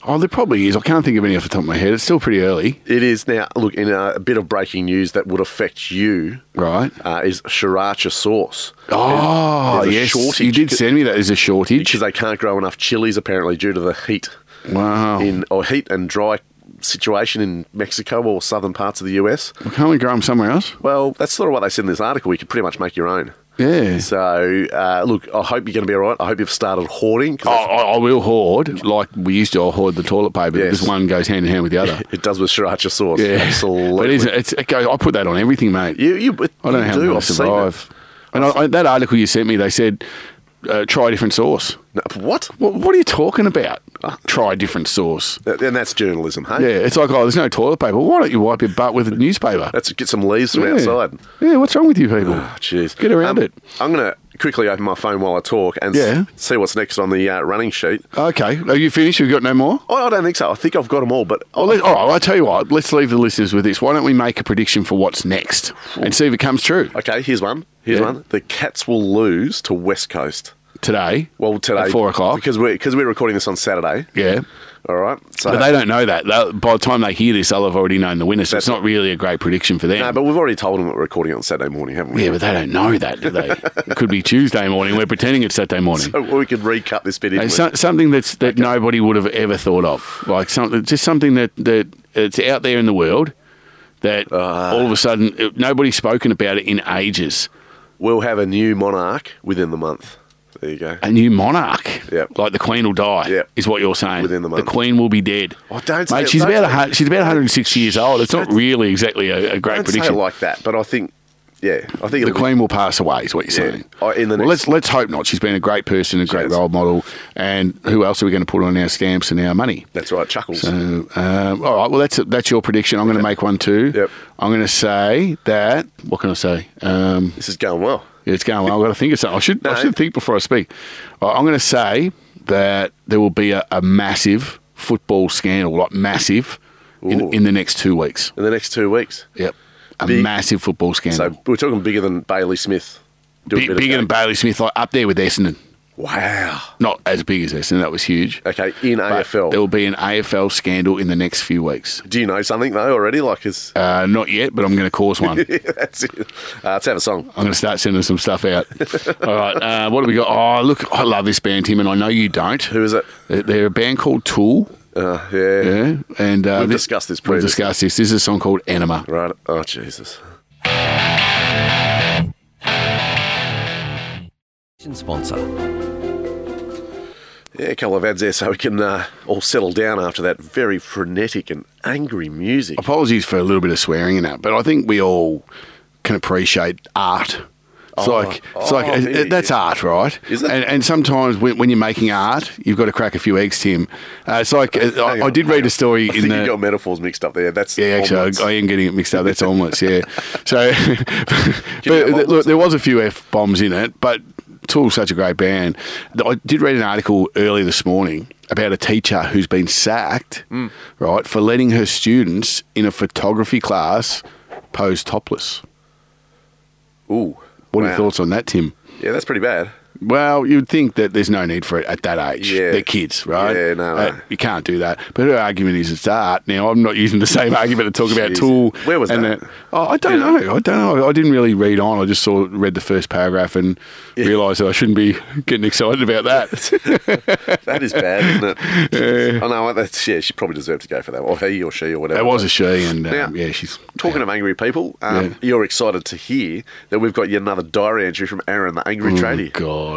[SPEAKER 4] Oh, there probably is. I can't think of any off the top of my head. It's still pretty early,
[SPEAKER 3] It is now. Look, in a, a bit of breaking news that would affect you
[SPEAKER 4] right?
[SPEAKER 3] uh, is sriracha sauce.
[SPEAKER 4] Oh,
[SPEAKER 3] There's a
[SPEAKER 4] yes.
[SPEAKER 3] shortage.
[SPEAKER 4] You did send me that. There's a shortage.
[SPEAKER 3] because they can't grow enough chilies apparently due to the heat
[SPEAKER 4] Wow.
[SPEAKER 3] in or heat and dry situation in Mexico or southern parts of the US.
[SPEAKER 4] Can't we grow them somewhere else?
[SPEAKER 3] Well, that's sort of what they said in this article. You can pretty much make your own.
[SPEAKER 4] Yeah.
[SPEAKER 3] So, uh, look, I hope you're going to be all right. I hope you've started hoarding. 'cause
[SPEAKER 4] I,
[SPEAKER 3] that's-
[SPEAKER 4] Oh, I I will hoard, like we used to. I hoard the toilet paper
[SPEAKER 3] Yes.
[SPEAKER 4] because one goes hand in hand with the other.
[SPEAKER 3] It does with sriracha sauce.
[SPEAKER 4] Oh. Yeah,
[SPEAKER 3] Absolutely.
[SPEAKER 4] But it's, it's, it goes, I put that on everything, mate.
[SPEAKER 3] you, you,
[SPEAKER 4] I don't know
[SPEAKER 3] you
[SPEAKER 4] how
[SPEAKER 3] do.
[SPEAKER 4] do, I
[SPEAKER 3] I've seen it.
[SPEAKER 4] survive. And I, I, that article you sent me, they said uh, try a different sauce.
[SPEAKER 3] No, what?
[SPEAKER 4] What, what are you talking about?
[SPEAKER 3] Uh,
[SPEAKER 4] Try a different sauce.
[SPEAKER 3] And that's journalism, hey?
[SPEAKER 4] Yeah, it's like, oh, there's no toilet paper. Why don't you wipe your butt with a newspaper?
[SPEAKER 3] Let's get some leaves from
[SPEAKER 4] yeah.
[SPEAKER 3] outside.
[SPEAKER 4] Yeah, what's wrong with you people?
[SPEAKER 3] Jeez.
[SPEAKER 4] Get around
[SPEAKER 3] Um,
[SPEAKER 4] it.
[SPEAKER 3] I'm going to quickly open my phone while I talk and
[SPEAKER 4] Yeah.
[SPEAKER 3] s- see what's next on the uh, running sheet.
[SPEAKER 4] Okay, are you finished? You've got no more?
[SPEAKER 3] Oh, I don't think so. I think I've got them all, but
[SPEAKER 4] Oh, let, all right, I'll tell you what, let's leave the listeners with this. Why don't we make a prediction for what's next and see if it comes true
[SPEAKER 3] okay, here's one. Here's
[SPEAKER 4] Yeah.
[SPEAKER 3] one. The Cats will lose to West Coast.
[SPEAKER 4] today?
[SPEAKER 3] Well, today
[SPEAKER 4] At four o'clock.
[SPEAKER 3] because we're because we're recording this on Saturday.
[SPEAKER 4] Yeah.
[SPEAKER 3] All right, so
[SPEAKER 4] But they don't know that. They'll- by the time they hear this, they'll have already known the winner, so it's
[SPEAKER 3] That's-
[SPEAKER 4] not really a great prediction for them.
[SPEAKER 3] no, but we've already told them that we're recording on Saturday morning, haven't we?
[SPEAKER 4] yeah, but they don't know that, do they? it could be Tuesday morning. We're pretending it's Saturday morning.
[SPEAKER 3] So we could recut this bit. in
[SPEAKER 4] Uh,
[SPEAKER 3] with-
[SPEAKER 4] so, something that's that nobody would have ever thought of, like something just something that that it's out there in the world that all of a sudden it, nobody's spoken about it in ages.
[SPEAKER 3] we'll have a new monarch within the month. There you go.
[SPEAKER 4] A new monarch,
[SPEAKER 3] Yep.
[SPEAKER 4] like the queen will die,
[SPEAKER 3] Yep.
[SPEAKER 4] is what you're saying.
[SPEAKER 3] Within the month.
[SPEAKER 4] queen will be dead.
[SPEAKER 3] Oh, don't say
[SPEAKER 4] Mate,
[SPEAKER 3] it-
[SPEAKER 4] she's
[SPEAKER 3] don't
[SPEAKER 4] about a,
[SPEAKER 3] say-
[SPEAKER 4] hun- she's about 106 years old. It's not really exactly a, a great
[SPEAKER 3] Don't say it
[SPEAKER 4] prediction.
[SPEAKER 3] like that, but I think, yeah, I think
[SPEAKER 4] the
[SPEAKER 3] it'll be-
[SPEAKER 4] Queen will pass away, is what you're
[SPEAKER 3] Yeah.
[SPEAKER 4] saying.
[SPEAKER 3] Oh, in the
[SPEAKER 4] well,
[SPEAKER 3] next-
[SPEAKER 4] let's let's hope not. She's been a great person, a great
[SPEAKER 3] has.
[SPEAKER 4] role model, and who else are we going to put on our stamps and our money?
[SPEAKER 3] That's right, chuckles.
[SPEAKER 4] So, um, all right. Well, that's that's your prediction. I'm going to make one too.
[SPEAKER 3] Yep.
[SPEAKER 4] I'm going to say that. What can I say? Um,
[SPEAKER 3] this is going well.
[SPEAKER 4] it's going well. I've got to think of something. I should
[SPEAKER 3] No.
[SPEAKER 4] I should think before I speak. All right, I'm going to say that there will be a, a massive football scandal, like massive,
[SPEAKER 3] Ooh.
[SPEAKER 4] in, in the next two weeks.
[SPEAKER 3] In the next two weeks,
[SPEAKER 4] Yep. A
[SPEAKER 3] Big-
[SPEAKER 4] massive football scandal.
[SPEAKER 3] so we're talking bigger than Bailey Smith. Do a
[SPEAKER 4] Hmm. Big,
[SPEAKER 3] bit of
[SPEAKER 4] bigger than
[SPEAKER 3] that.
[SPEAKER 4] Bailey Smith, like up there with Essendon.
[SPEAKER 3] Wow.
[SPEAKER 4] Not as big as Essendon. That was huge.
[SPEAKER 3] Okay, in
[SPEAKER 4] But
[SPEAKER 3] AFL.
[SPEAKER 4] There will be an AFL scandal in the next few weeks.
[SPEAKER 3] Do you know something though already? Like, is
[SPEAKER 4] Uh, not yet, but I'm going to cause one.
[SPEAKER 3] that's it. Uh, let's have a song.
[SPEAKER 4] I'm going to start sending some stuff out. All right, uh, what do we got? Oh, look, I love this band, Tim, and I know you don't.
[SPEAKER 3] Who is it?
[SPEAKER 4] They're- They're a band called Tool.
[SPEAKER 3] Uh, yeah.
[SPEAKER 4] Yeah, and uh,
[SPEAKER 3] We've discussed this
[SPEAKER 4] We've
[SPEAKER 3] previously.
[SPEAKER 4] discussed this. This is a song called Anima.
[SPEAKER 3] Right. Oh Jesus.
[SPEAKER 4] Anima,
[SPEAKER 6] Sponsor.
[SPEAKER 3] Yeah, a couple of ads there so we can uh, all settle down after that very frenetic and angry music.
[SPEAKER 4] Apologies for a little bit of swearing in that, but I think we all can appreciate art. It's like it's like
[SPEAKER 3] oh,
[SPEAKER 4] it-
[SPEAKER 3] yeah,
[SPEAKER 4] it- that's
[SPEAKER 3] yeah.
[SPEAKER 4] art, right?
[SPEAKER 3] Is it?
[SPEAKER 4] And, and sometimes when, when you're making art, you've got to crack a few eggs, Tim. Uh, it's like uh,
[SPEAKER 3] Hang
[SPEAKER 4] I, I
[SPEAKER 3] on,
[SPEAKER 4] did
[SPEAKER 3] hang
[SPEAKER 4] read
[SPEAKER 3] on.
[SPEAKER 4] a story
[SPEAKER 3] I
[SPEAKER 4] in
[SPEAKER 3] think
[SPEAKER 4] the
[SPEAKER 3] you got metaphors mixed up there. That's
[SPEAKER 4] Yeah,
[SPEAKER 3] omelets.
[SPEAKER 4] actually, I, I am getting it mixed up. That's omelets, yeah. So,
[SPEAKER 3] Give
[SPEAKER 4] but
[SPEAKER 3] me
[SPEAKER 4] th- look,
[SPEAKER 3] omelets.
[SPEAKER 4] there was a few f bombs in it, but Tool's such a great band. Th- I did read an article earlier this morning about a teacher who's been sacked,
[SPEAKER 3] Hmm.
[SPEAKER 4] right, for letting her students in a photography class pose topless.
[SPEAKER 3] Ooh,
[SPEAKER 4] What are
[SPEAKER 3] wow.
[SPEAKER 4] your thoughts on that, Tim?
[SPEAKER 3] Yeah, that's pretty bad.
[SPEAKER 4] Well, you'd think that there's no need for it at that age.
[SPEAKER 3] Yeah.
[SPEAKER 4] They're kids, right?
[SPEAKER 3] Yeah, no,
[SPEAKER 4] Uh,
[SPEAKER 3] no.
[SPEAKER 4] you can't do that. But her argument is it's art. Now, I'm not using the same argument to talk about
[SPEAKER 3] Jeez.
[SPEAKER 4] Tool.
[SPEAKER 3] Where was that?
[SPEAKER 4] oh, I don't know. I don't know. I didn't really read on. I just saw read the first paragraph and realised that I shouldn't be getting excited about that.
[SPEAKER 3] That is bad, isn't it? I know. That's yeah. She probably deserved to go for that, or he or she or whatever.
[SPEAKER 4] That was a she, and um,
[SPEAKER 3] Now,
[SPEAKER 4] yeah, she's
[SPEAKER 3] Talking of angry people, um,
[SPEAKER 4] Yeah.
[SPEAKER 3] you're excited to hear that we've got yet another diary entry from Aaron, the angry
[SPEAKER 4] Oh,
[SPEAKER 3] tradie.
[SPEAKER 4] God.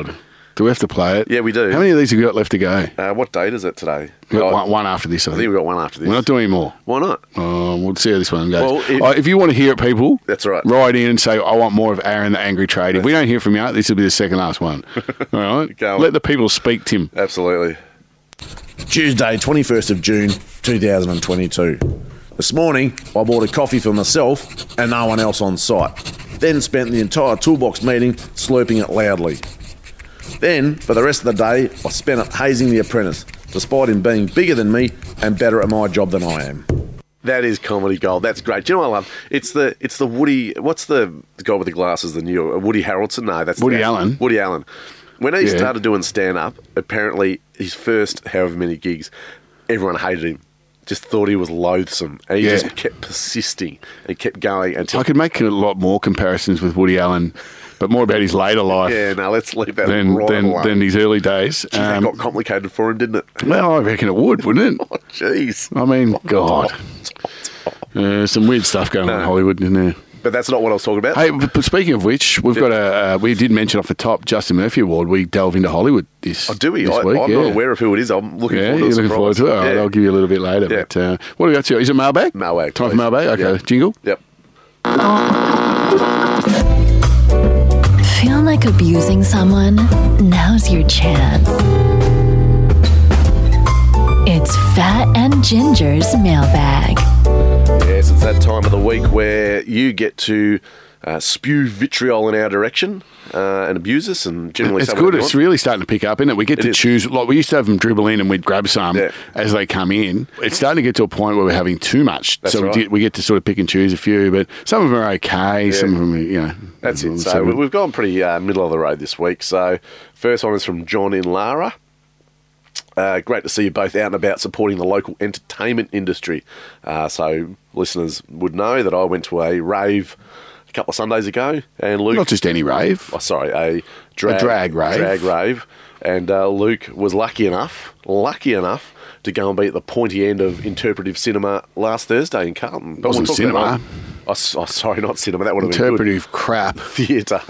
[SPEAKER 4] Do we have to play it?
[SPEAKER 3] Yeah, we do.
[SPEAKER 4] How many of these have we got left to go?
[SPEAKER 3] Uh, what date is it today?
[SPEAKER 4] We got
[SPEAKER 3] Oh,
[SPEAKER 4] one, one after this, I
[SPEAKER 3] I
[SPEAKER 4] think.
[SPEAKER 3] think we got one after this.
[SPEAKER 4] We're not doing any more.
[SPEAKER 3] Why not?
[SPEAKER 4] Um, we'll see how this one goes.
[SPEAKER 3] Well,
[SPEAKER 4] Uh,
[SPEAKER 3] if-
[SPEAKER 4] if, you want to hear it, people,
[SPEAKER 3] That's right.
[SPEAKER 4] Write in and say, I want more of Aaron the Angry Trader. If we don't hear from you, this will be the second last one. All right?
[SPEAKER 3] Go on.
[SPEAKER 4] Let the people speak, Tim.
[SPEAKER 3] Absolutely.
[SPEAKER 6] Tuesday, 21st of June, 2022. This morning, I bought a coffee for myself and no one else on site. Then spent the entire toolbox meeting slurping it loudly. Then, for the rest of the day, I spent it hazing the apprentice, despite him being bigger than me and better at my job than I am.
[SPEAKER 3] That is comedy gold. That's great. Do you know what I love? It's the it's the Woody. What's the guy with the glasses? The new uh, Woody Harrelson? No, that's
[SPEAKER 4] Woody
[SPEAKER 3] the-
[SPEAKER 4] Allen.
[SPEAKER 3] Woody Allen. When he
[SPEAKER 4] Yeah.
[SPEAKER 3] started doing stand up, apparently his first however many gigs, everyone hated him. Just thought he was loathsome, and he
[SPEAKER 4] Yeah.
[SPEAKER 3] just kept persisting and kept going until.
[SPEAKER 4] I could make a lot more comparisons with Woody Allen, but more about his later life
[SPEAKER 3] yeah, no, let's leave that
[SPEAKER 4] than,
[SPEAKER 3] right
[SPEAKER 4] than,
[SPEAKER 3] alone.
[SPEAKER 4] than his early days.
[SPEAKER 3] Gee, that
[SPEAKER 4] Um,
[SPEAKER 3] got complicated for him, didn't it?
[SPEAKER 4] well, I reckon it would, wouldn't it?
[SPEAKER 3] Oh, jeez.
[SPEAKER 4] I mean, God. Uh, some weird stuff going on in Hollywood, isn't there?
[SPEAKER 3] But that's not what I was talking about.
[SPEAKER 4] Hey, but but speaking of which, we've got a. Uh, we did mention off the top Justin Murphy Award. We delve into Hollywood this.
[SPEAKER 3] oh, do we?
[SPEAKER 4] This
[SPEAKER 3] I,
[SPEAKER 4] week,
[SPEAKER 3] I'm
[SPEAKER 4] yeah.
[SPEAKER 3] not aware of who it is. I'm looking
[SPEAKER 4] Yeah,
[SPEAKER 3] forward
[SPEAKER 4] you're
[SPEAKER 3] to a
[SPEAKER 4] looking forward to it. All
[SPEAKER 3] surprise.
[SPEAKER 4] right,
[SPEAKER 3] Yeah.
[SPEAKER 4] I'll give you a little bit later.
[SPEAKER 3] Yeah.
[SPEAKER 4] But uh, what do we got to? Is it mailbag?
[SPEAKER 3] Mailbag,
[SPEAKER 4] Time for
[SPEAKER 3] please.
[SPEAKER 4] mailbag. Okay,
[SPEAKER 3] Yeah.
[SPEAKER 4] jingle.
[SPEAKER 3] Yep.
[SPEAKER 2] Feel like abusing someone? Now's your chance. It's Fat and Ginger's mailbag.
[SPEAKER 3] Yes, it's that time of the week where you get to uh, spew vitriol in our direction uh, and abuse us, and generally
[SPEAKER 4] It's
[SPEAKER 3] say whatever
[SPEAKER 4] good.
[SPEAKER 3] you
[SPEAKER 4] It's
[SPEAKER 3] want.
[SPEAKER 4] really starting to pick up, isn't it? We get to
[SPEAKER 3] is.
[SPEAKER 4] choose. Like we used to have them dribble in, and we'd grab some
[SPEAKER 3] Yeah.
[SPEAKER 4] as they come in. It's starting to get to a point where we're having too much,
[SPEAKER 3] That's
[SPEAKER 4] so
[SPEAKER 3] right.
[SPEAKER 4] we, get, we get to sort of pick and choose a few. But some of them are okay. Some of them, are, you know.
[SPEAKER 3] That's it. So
[SPEAKER 4] some-
[SPEAKER 3] we- we've gone pretty uh, middle of the road this week. So first one is from John in Lara. Uh, great to see you both out and about supporting the local entertainment industry. Uh, so listeners would know that I went to a rave a couple of Sundays ago, and Luke
[SPEAKER 4] not just any rave.
[SPEAKER 3] oh, sorry, a drag,
[SPEAKER 4] drag rave.
[SPEAKER 3] Drag rave. And uh, Luke was lucky enough, lucky enough to go and be at the pointy end of interpretive cinema last Thursday in Carlton. But
[SPEAKER 4] Wasn't
[SPEAKER 3] talk about
[SPEAKER 4] cinema.
[SPEAKER 3] that one. Oh, s- oh, sorry, not cinema. That would have been good.
[SPEAKER 4] Interpretive crap.
[SPEAKER 3] Theatre,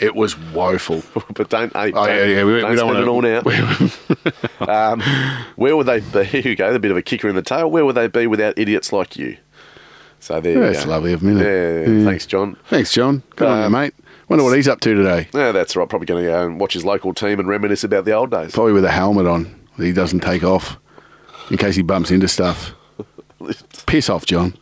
[SPEAKER 4] It was woeful.
[SPEAKER 3] but don't. Hey,
[SPEAKER 4] Oh,
[SPEAKER 3] don't,
[SPEAKER 4] yeah, yeah, we- we
[SPEAKER 3] don't
[SPEAKER 4] don't
[SPEAKER 3] spend
[SPEAKER 4] wanna-
[SPEAKER 3] it all out. um, where would they be? Here you go. A bit of a kicker in the tail. Where would they be without idiots like you? So there. you
[SPEAKER 4] Yeah, it's
[SPEAKER 3] go.
[SPEAKER 4] lovely of him, isn't it?
[SPEAKER 3] Yeah,
[SPEAKER 4] Yeah.
[SPEAKER 3] Thanks, John.
[SPEAKER 4] Thanks, John. Good on you,
[SPEAKER 3] Um,
[SPEAKER 4] mate. Wonder what he's up to today.
[SPEAKER 3] Yeah, that's right. Probably going to go and watch his local team and reminisce about the old days.
[SPEAKER 4] Probably with a helmet on that he doesn't take off in case he bumps into stuff. Piss off, John.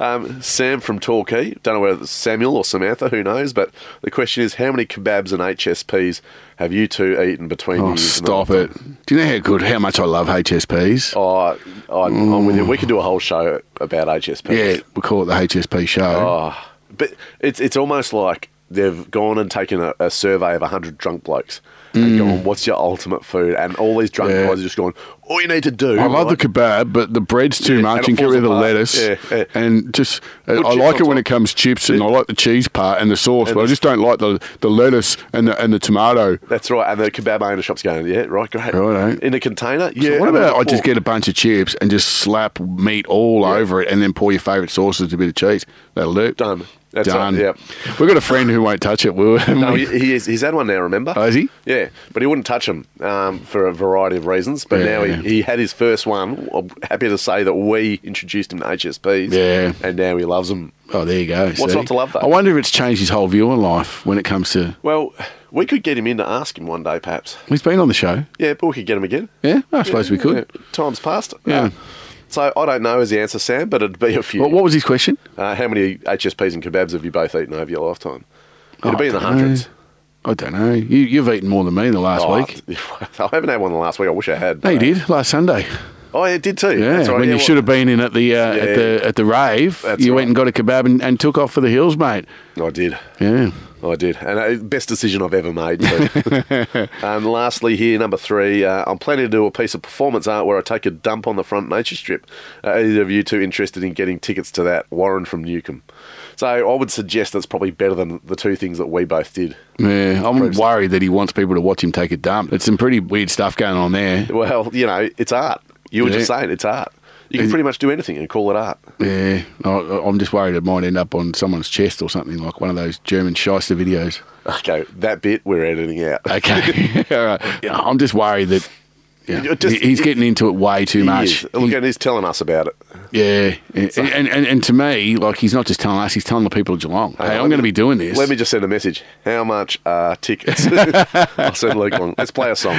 [SPEAKER 3] Um, Sam from Torquay. Don't know whether it's Samuel or Samantha, who knows? But the question is, how many kebabs and HSPs have you two eaten between you?
[SPEAKER 4] Oh, stop it. Do you know how good, how much I love HSPs?
[SPEAKER 3] Oh, I, I'm, I'm with you. We could do a whole show about HSPs.
[SPEAKER 4] yeah, we call it the HSP show.
[SPEAKER 3] Oh, but it's it's almost like they've gone and taken a, a survey of 100 drunk blokes and gone, what's your ultimate food? And all these drunk
[SPEAKER 4] Mm. Yeah.
[SPEAKER 3] guys are just going, all you need to do.
[SPEAKER 4] I love
[SPEAKER 3] right,
[SPEAKER 4] the kebab, but the bread's too
[SPEAKER 3] Yeah, and
[SPEAKER 4] much
[SPEAKER 3] it
[SPEAKER 4] and get
[SPEAKER 3] falls
[SPEAKER 4] rid of the
[SPEAKER 3] apart.
[SPEAKER 4] lettuce.
[SPEAKER 3] Yeah, yeah.
[SPEAKER 4] And just, I
[SPEAKER 3] Put
[SPEAKER 4] I
[SPEAKER 3] chips
[SPEAKER 4] like it
[SPEAKER 3] on
[SPEAKER 4] when
[SPEAKER 3] top.
[SPEAKER 4] it comes chips and I like the cheese part and the sauce,
[SPEAKER 3] And
[SPEAKER 4] but I
[SPEAKER 3] the-
[SPEAKER 4] just don't like the, the lettuce and the, and the tomato.
[SPEAKER 3] That's right. And the kebab owner shop's going, yeah, right, great.
[SPEAKER 4] Righto.
[SPEAKER 3] In a container?
[SPEAKER 4] So
[SPEAKER 3] Yeah.
[SPEAKER 4] what about I just
[SPEAKER 3] Fork.
[SPEAKER 4] get a bunch of chips and just slap meat all over it and then pour your favourite sauces and a bit of cheese? That'll do.
[SPEAKER 3] Done. That's
[SPEAKER 4] Done.
[SPEAKER 3] right, yep.
[SPEAKER 4] We've got a friend who won't touch it. Will we?
[SPEAKER 3] No, Oh, he, he is, he's had one now, remember?
[SPEAKER 4] Oh, is he?
[SPEAKER 3] Yeah, but he wouldn't touch them um, for a variety of reasons. But
[SPEAKER 4] Yeah,
[SPEAKER 3] now
[SPEAKER 4] yeah.
[SPEAKER 3] he, he had his first one. I'm happy to say that we introduced him to HSPs.
[SPEAKER 4] Yeah.
[SPEAKER 3] And now he loves them.
[SPEAKER 4] Oh, there you go.
[SPEAKER 3] What's not to love, though?
[SPEAKER 4] I wonder if it's changed his whole view on life when it comes to.
[SPEAKER 3] Well, we could get him in to ask him one day, perhaps.
[SPEAKER 4] He's been on the show.
[SPEAKER 3] Yeah, but we could get him again.
[SPEAKER 4] Yeah, I suppose we could.
[SPEAKER 3] Yeah, Time's passed. Uh,
[SPEAKER 4] Yeah.
[SPEAKER 3] so I don't know is the answer, Sam, but it'd be a few.
[SPEAKER 4] What, what was his question?
[SPEAKER 3] uh, how many HSPs and kebabs have you both eaten over your lifetime? It'd
[SPEAKER 4] Oh,
[SPEAKER 3] be in
[SPEAKER 4] I
[SPEAKER 3] the
[SPEAKER 4] dunno.
[SPEAKER 3] hundreds.
[SPEAKER 4] I don't know. You, you've eaten more than me in the last
[SPEAKER 3] Oh,
[SPEAKER 4] week.
[SPEAKER 3] I haven't had one the last week. I wish I had.
[SPEAKER 4] No, you did last Sunday.
[SPEAKER 3] Oh, yeah, it did too.
[SPEAKER 4] Yeah,
[SPEAKER 3] That's right.
[SPEAKER 4] when you
[SPEAKER 3] well-
[SPEAKER 4] should have been in at the uh,
[SPEAKER 3] Yeah.
[SPEAKER 4] at the at the rave,
[SPEAKER 3] That's
[SPEAKER 4] you
[SPEAKER 3] right.
[SPEAKER 4] went and got a kebab and, and took off for the hills, mate.
[SPEAKER 3] I did.
[SPEAKER 4] Yeah,
[SPEAKER 3] I did. And uh, best decision I've ever made. too. and lastly, here, number three, uh, I'm planning to do a piece of performance art where I take a dump on the front nature strip. Uh, either of you two interested in getting tickets to that? Warren from Newcomb. So I would suggest that's probably better than the two things that we both did.
[SPEAKER 4] yeah. I'm worried that he wants people to watch him take a dump. There's some pretty weird stuff going on there.
[SPEAKER 3] Well, you know, it's art. You were
[SPEAKER 4] Yeah.
[SPEAKER 3] just saying it's art. You can pretty much do anything and call it art.
[SPEAKER 4] Yeah, I, I'm just worried it might end up on someone's chest or something like one of those German shyster videos.
[SPEAKER 3] Okay, that bit we're editing out.
[SPEAKER 4] Okay, all right. Yeah, I'm just worried that yeah,
[SPEAKER 3] It just-
[SPEAKER 4] he- he's
[SPEAKER 3] it-
[SPEAKER 4] getting into it way too
[SPEAKER 3] He
[SPEAKER 4] much.
[SPEAKER 3] is. Look, and he's telling us about it.
[SPEAKER 4] Yeah, and, and, and and to me, like he's not just telling us; he's telling the people of Geelong, "Hey,
[SPEAKER 3] on,
[SPEAKER 4] I'm
[SPEAKER 3] let
[SPEAKER 4] going to
[SPEAKER 3] me-
[SPEAKER 4] be doing this."
[SPEAKER 3] Let me just send a message. How much are tickets? I'll send Luke one. Let's play a song.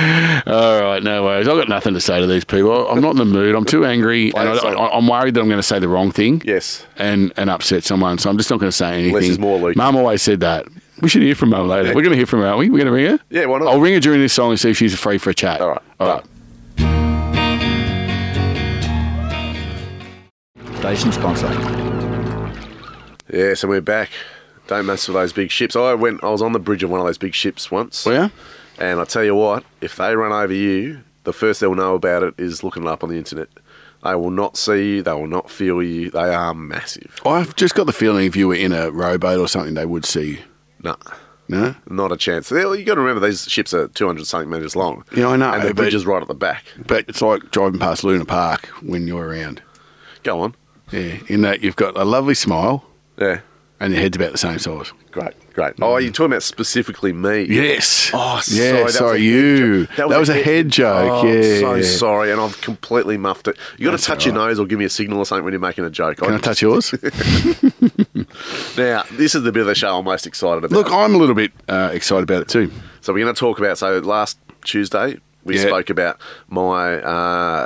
[SPEAKER 4] All right, no worries. I've got nothing to say to these people. I'm not in the mood. I'm too angry, and I,
[SPEAKER 3] Play it,
[SPEAKER 4] I, I'm worried that I'm going to say the wrong thing.
[SPEAKER 3] Yes.
[SPEAKER 4] and and upset someone. So I'm just not going to say anything.
[SPEAKER 3] is more like-
[SPEAKER 4] Mum always said that. We should hear from Mum later. We're going to hear from her, aren't we? We're going to ring her.
[SPEAKER 3] Yeah, why not?
[SPEAKER 4] I'll ring her during this song and see if she's free for a chat.
[SPEAKER 3] All right.
[SPEAKER 4] all right.
[SPEAKER 7] Station sponsor.
[SPEAKER 3] Yes, and we're back. Don't mess with those big ships. I went. I was on the bridge of one of those big ships once.
[SPEAKER 4] Well, Oh, yeah.
[SPEAKER 3] And I tell you what, if they run over you, the first they'll know about it is looking it up on the internet. They will not see you. They will not feel you. They are massive.
[SPEAKER 4] I've just got the feeling if you were in a rowboat or something, they would see you.
[SPEAKER 3] No,
[SPEAKER 4] No.
[SPEAKER 3] not a chance. Well, You got to remember these ships are two hundred something meters long.
[SPEAKER 4] Yeah, I know,
[SPEAKER 3] And the
[SPEAKER 4] but-
[SPEAKER 3] bridge is right at the back.
[SPEAKER 4] But it's like driving past Luna Park when you're around.
[SPEAKER 3] Go on.
[SPEAKER 4] Yeah, in that you've got a lovely smile
[SPEAKER 3] Yeah.
[SPEAKER 4] and your head's about the same size.
[SPEAKER 3] Great. Great. Oh, you're talking about specifically me.
[SPEAKER 4] Yes.
[SPEAKER 3] Oh, sorry,
[SPEAKER 4] Yeah,
[SPEAKER 3] that was
[SPEAKER 4] sorry,
[SPEAKER 3] a head
[SPEAKER 4] you. That was, a head, joke.
[SPEAKER 3] Oh,
[SPEAKER 4] yeah.
[SPEAKER 3] I'm so sorry, and I've completely muffed it. You got to
[SPEAKER 4] That's
[SPEAKER 3] touch your nose or give me a signal or something when you're making a joke.
[SPEAKER 4] Can I touch yours?
[SPEAKER 3] Now, this is the bit of the show I'm most excited about.
[SPEAKER 4] Look, I'm a little bit uh, excited about it too.
[SPEAKER 3] so we're going to talk about. So last Tuesday we
[SPEAKER 4] Yeah.
[SPEAKER 3] spoke about my uh,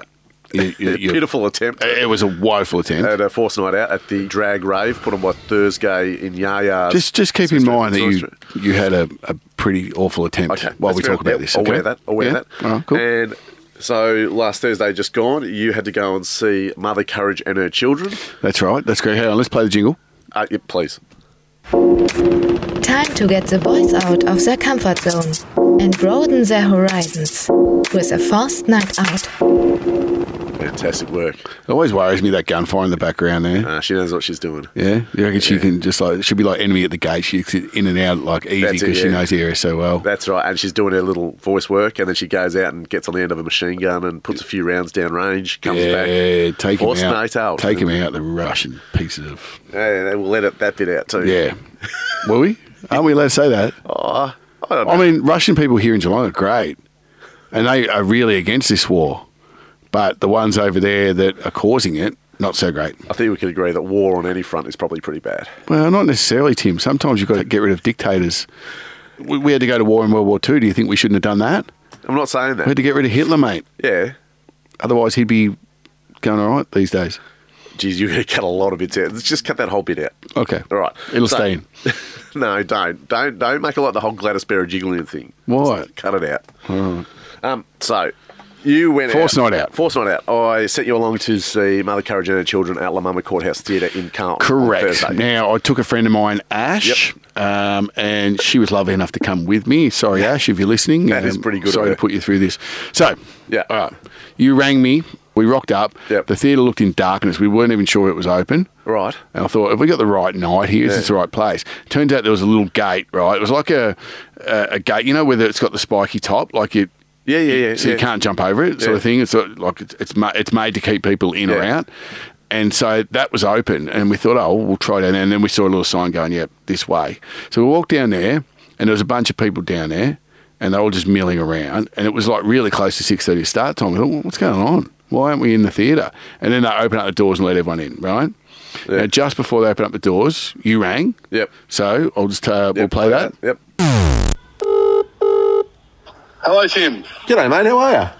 [SPEAKER 4] You- you- you- Eh,
[SPEAKER 3] pitiful attempt.
[SPEAKER 4] It was a woeful attempt.
[SPEAKER 3] at a force night out at the drag rave put on by Thursday in Yaya.
[SPEAKER 4] just just keep in mind that you you had a, a pretty awful attempt
[SPEAKER 3] Okay.
[SPEAKER 4] while
[SPEAKER 3] that's
[SPEAKER 4] we
[SPEAKER 3] fair.
[SPEAKER 4] talk about
[SPEAKER 3] Yep,
[SPEAKER 4] this.
[SPEAKER 3] Aware
[SPEAKER 4] okay?
[SPEAKER 3] of that. Aware of
[SPEAKER 4] Yeah?
[SPEAKER 3] that.
[SPEAKER 4] All right, cool.
[SPEAKER 3] And so last Thursday just gone, you had to go and see Mother Courage and her children.
[SPEAKER 4] That's right. That's great. Hang on, let's play the jingle.
[SPEAKER 3] Uh, yeah, please.
[SPEAKER 8] Time to get the boys out of their comfort zone and broaden their horizons with a fast night out.
[SPEAKER 3] Fantastic work.
[SPEAKER 4] It always worries me that gunfire in the background there.
[SPEAKER 3] Uh, she knows what she's doing.
[SPEAKER 4] Yeah, you reckon she can just like she'll be like enemy at the gate. She's in and out like easy
[SPEAKER 3] That's it,
[SPEAKER 4] because she
[SPEAKER 3] yeah.
[SPEAKER 4] knows the area so well.
[SPEAKER 3] That's right. And she's doing her little voice work, and then she goes out and gets on the end of a machine gun and puts a few rounds down range, comes
[SPEAKER 4] yeah,
[SPEAKER 3] back.
[SPEAKER 4] take him
[SPEAKER 3] Force
[SPEAKER 4] out.
[SPEAKER 3] night out.
[SPEAKER 4] Take him out. The Russian pieces of
[SPEAKER 3] Yeah, they will edit that bit out too.
[SPEAKER 4] yeah. Will we? Aren't we allowed to say that?
[SPEAKER 3] Oh, I don't know.
[SPEAKER 4] I mean, Russian people here in Geelong are great, and they are really against this war. But the ones over there that are causing it, not so great.
[SPEAKER 3] I think we could agree that war on any front is probably pretty bad.
[SPEAKER 4] Well, not necessarily, Tim. Sometimes you've got to get rid of dictators. We, we had to go to war in World War II. Do you think we shouldn't have done that?
[SPEAKER 3] I'm not saying
[SPEAKER 4] We had
[SPEAKER 3] that.
[SPEAKER 4] to get rid of Hitler, mate.
[SPEAKER 3] Yeah.
[SPEAKER 4] Otherwise, he'd be going all right these days.
[SPEAKER 3] Geez, you're going to cut a lot of bits out. Let's just cut that whole bit out.
[SPEAKER 4] Okay.
[SPEAKER 3] All right.
[SPEAKER 4] It'll
[SPEAKER 3] So-
[SPEAKER 4] stay in.
[SPEAKER 3] no, don't, don't, don't make it like the whole Gladys Berejiklian thing.
[SPEAKER 4] Why?
[SPEAKER 3] Cut it out. Um, so you went
[SPEAKER 4] Force
[SPEAKER 3] out,
[SPEAKER 4] night out.
[SPEAKER 3] Force night out. I sent you along to see Mother Courage and her children at La Mama Courthouse Theatre in Carlton. on
[SPEAKER 4] Correct.
[SPEAKER 3] Thursday.
[SPEAKER 4] Now, I took a friend of mine, Ash, um, and she was lovely enough to come with me. Sorry, Ash, if you're listening. um,
[SPEAKER 3] That is pretty good of
[SPEAKER 4] Sorry
[SPEAKER 3] her.
[SPEAKER 4] to put you through this. So,
[SPEAKER 3] Yeah.
[SPEAKER 4] all right. You rang me. We rocked up.
[SPEAKER 3] Yep.
[SPEAKER 4] The theatre looked in darkness. We weren't even sure it was open.
[SPEAKER 3] right.
[SPEAKER 4] And I thought, have we got the right night here? Is this the right place? Turns out there was a little gate, right? It was like a a, a gate, you know, whether it's got the spiky top, like it,
[SPEAKER 3] Yeah, yeah, yeah.
[SPEAKER 4] so you
[SPEAKER 3] yeah.
[SPEAKER 4] can't jump over it, sort of
[SPEAKER 3] Yeah.
[SPEAKER 4] thing. It's sort of like it's it's, ma- it's made to keep people in or
[SPEAKER 3] Yeah.
[SPEAKER 4] out. And so that was open, and we thought, oh, we'll try down there. And then we saw a little sign going, yeah, this way. So we walked down there, and there was a bunch of people down there, and they were all just milling around. And it was like really close to six thirty start time. We thought, well, what's going on? Why aren't we in the theatre? And then they open up the doors and let everyone in, right?
[SPEAKER 3] Yeah.
[SPEAKER 4] Now, just before they open up the doors, you rang.
[SPEAKER 3] Yep.
[SPEAKER 4] So I'll just uh, we'll
[SPEAKER 3] Yep,
[SPEAKER 4] play that.
[SPEAKER 3] Yep.
[SPEAKER 9] Hello, Tim.
[SPEAKER 3] G'day, mate. How are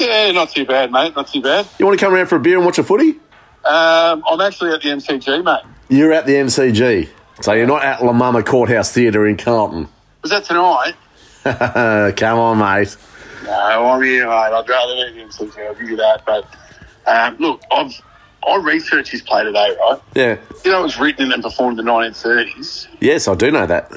[SPEAKER 3] you?
[SPEAKER 9] Yeah, not too bad, mate. Not too bad.
[SPEAKER 3] You want to come around for a beer and watch a footy?
[SPEAKER 9] Um, I'm actually at the MCG, mate.
[SPEAKER 3] You're at the MCG, so you're not at La Mama Courthouse Theatre in Carlton.
[SPEAKER 9] Was that tonight?
[SPEAKER 3] Uh, come on, mate.
[SPEAKER 9] No, I'm here, mate. I'd rather be at the MCG. I'll give you that. But um, look, I've I researched his play today, right?
[SPEAKER 3] Yeah.
[SPEAKER 9] You know, it was written and performed in the 1930s.
[SPEAKER 3] Yes, I do know that.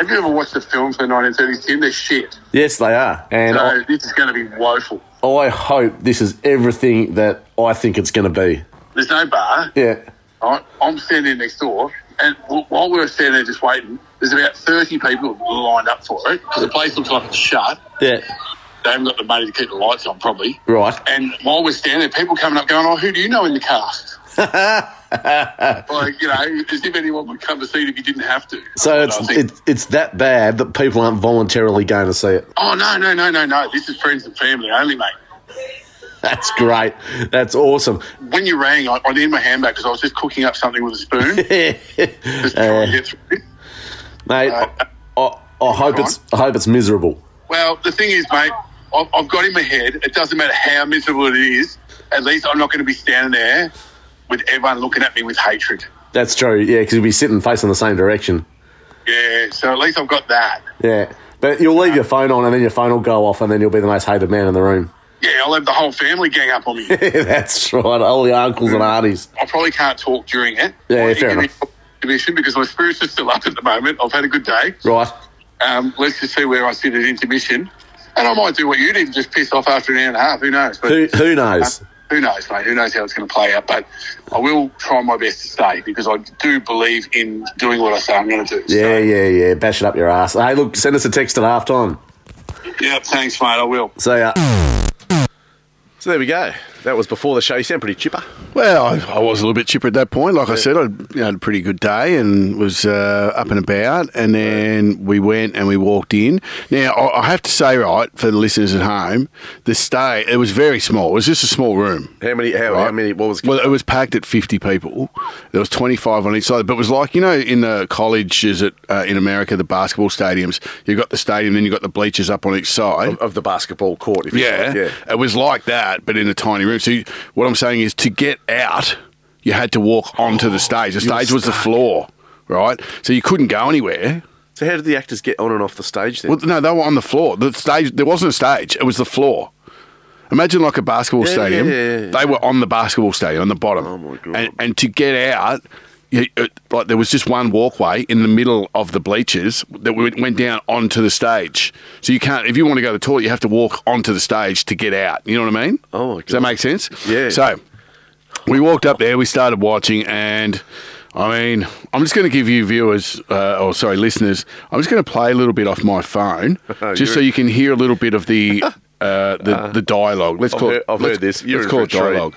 [SPEAKER 9] Have you ever watched the films from the 1930s, Tim? They're shit.
[SPEAKER 3] Yes, they are. And
[SPEAKER 9] So this is going to be woeful.
[SPEAKER 3] I, I hope this is everything that I think it's going to be.
[SPEAKER 9] There's no bar.
[SPEAKER 3] Yeah.
[SPEAKER 9] Right? I'm standing next door, and w- while we were standing there just waiting, there's about 30 people lined up for it. The place looks like it's shut.
[SPEAKER 3] Yeah.
[SPEAKER 9] They haven't got the money to keep the lights on, probably.
[SPEAKER 3] Right.
[SPEAKER 9] And while we're standing there, people coming up going, Oh, who do you know in the cast? like, you know, as if anyone would come to see it if you didn't have to.
[SPEAKER 3] So
[SPEAKER 9] And
[SPEAKER 3] it's,
[SPEAKER 9] I think,
[SPEAKER 3] it's it's that bad that people aren't voluntarily going to see it.
[SPEAKER 9] Oh, no, no, no, no, no. This is friends and family only, mate.
[SPEAKER 3] That's great. That's awesome.
[SPEAKER 9] When you rang, I, I needed my handbag because I was just cooking up something with a spoon.
[SPEAKER 3] mate,
[SPEAKER 9] just trying to get through.
[SPEAKER 3] I, I, I hope it's I hope it's miserable.
[SPEAKER 9] Well, the thing is, mate, I've, I've got in my head. It doesn't matter how miserable it is. At least I'm not going to be standing there with everyone looking at me with hatred.
[SPEAKER 3] That's true. Yeah, because you'll be sitting facing the same direction.
[SPEAKER 9] Yeah. So at least I've got that.
[SPEAKER 3] Yeah, but you'll leave your phone on, and then your phone will go off, and then you'll be the most hated man in the room.
[SPEAKER 9] Yeah, I'll have the whole family gang up on me.
[SPEAKER 3] That's right. All the uncles and aunties.
[SPEAKER 9] I probably can't talk during it.
[SPEAKER 3] Yeah,
[SPEAKER 9] Or
[SPEAKER 3] fair
[SPEAKER 9] in
[SPEAKER 3] enough.
[SPEAKER 9] the Intermission because my spirits are still up at the moment. I've had a good day.
[SPEAKER 3] Right.
[SPEAKER 9] Um, let's just see where I sit at intermission, and I might do what you did and just piss off after an hour and a half. Who knows? But
[SPEAKER 3] Who who knows?
[SPEAKER 9] who knows, mate? Who knows how it's going to play out? But I will try my best to stay because I do believe in doing what I say I'm going to do.
[SPEAKER 3] Yeah, yeah, yeah. Bash it up your ass. Hey, look, send us a text at halftime.
[SPEAKER 9] So, yeah, thanks, mate. I will.
[SPEAKER 3] So ya. So there we go. That was before the show. You sound pretty chipper.
[SPEAKER 4] Well, I, I was a little bit chipper at that point. Like I said, I you know, had a pretty good day and was uh, up and about. And then we went and we walked in. Now, I, I have to say, right, for the listeners at home, the stay, it was very small. It was just a small room.
[SPEAKER 3] How many? How, how
[SPEAKER 4] right?
[SPEAKER 3] many? What was?
[SPEAKER 4] Well, it was packed at 50 people. There was 25 on each side. But it was like, you know, in the colleges at, uh, in America, the basketball stadiums, you've got the stadium, then you've got the bleachers up on each side.
[SPEAKER 3] of the basketball court. If you
[SPEAKER 4] Yeah,
[SPEAKER 3] like. yeah.
[SPEAKER 4] It was like that, but in a tiny room. So you, what I'm saying is, to get out, you had to walk onto the stage. The stage was the floor, right? So you couldn't go anywhere.
[SPEAKER 3] So how did the actors get on and off the stage then?
[SPEAKER 4] Well, no, they were on the floor. The stage there wasn't a stage. It was the floor. Imagine like a basketball
[SPEAKER 3] Yeah,
[SPEAKER 4] stadium.
[SPEAKER 3] yeah, yeah, yeah.
[SPEAKER 4] They were on the basketball stadium on the bottom.
[SPEAKER 3] Oh, my God.
[SPEAKER 4] And, and to get out. you- it- Like there was just one walkway in the middle of the bleachers that went went down onto the stage. So you can't if you want to go to the toilet, you have to walk onto the stage to get out. You know what I mean?
[SPEAKER 3] Oh, my
[SPEAKER 4] does that
[SPEAKER 3] God.
[SPEAKER 4] make sense?
[SPEAKER 3] Yeah.
[SPEAKER 4] So we walked up there, we started watching, and I mean, I'm just going to give you viewers, uh, or sorry, listeners, I'm just going to play a little bit off my phone, just so
[SPEAKER 3] Oh, You're-
[SPEAKER 4] you can hear a little bit of the uh, the, the dialogue. Let's
[SPEAKER 3] I've
[SPEAKER 4] call
[SPEAKER 3] heard-
[SPEAKER 4] it.
[SPEAKER 3] I've
[SPEAKER 4] let's,
[SPEAKER 3] heard this. You're
[SPEAKER 4] let's
[SPEAKER 3] in
[SPEAKER 4] call
[SPEAKER 3] for
[SPEAKER 4] it
[SPEAKER 3] a treat.
[SPEAKER 4] dialogue.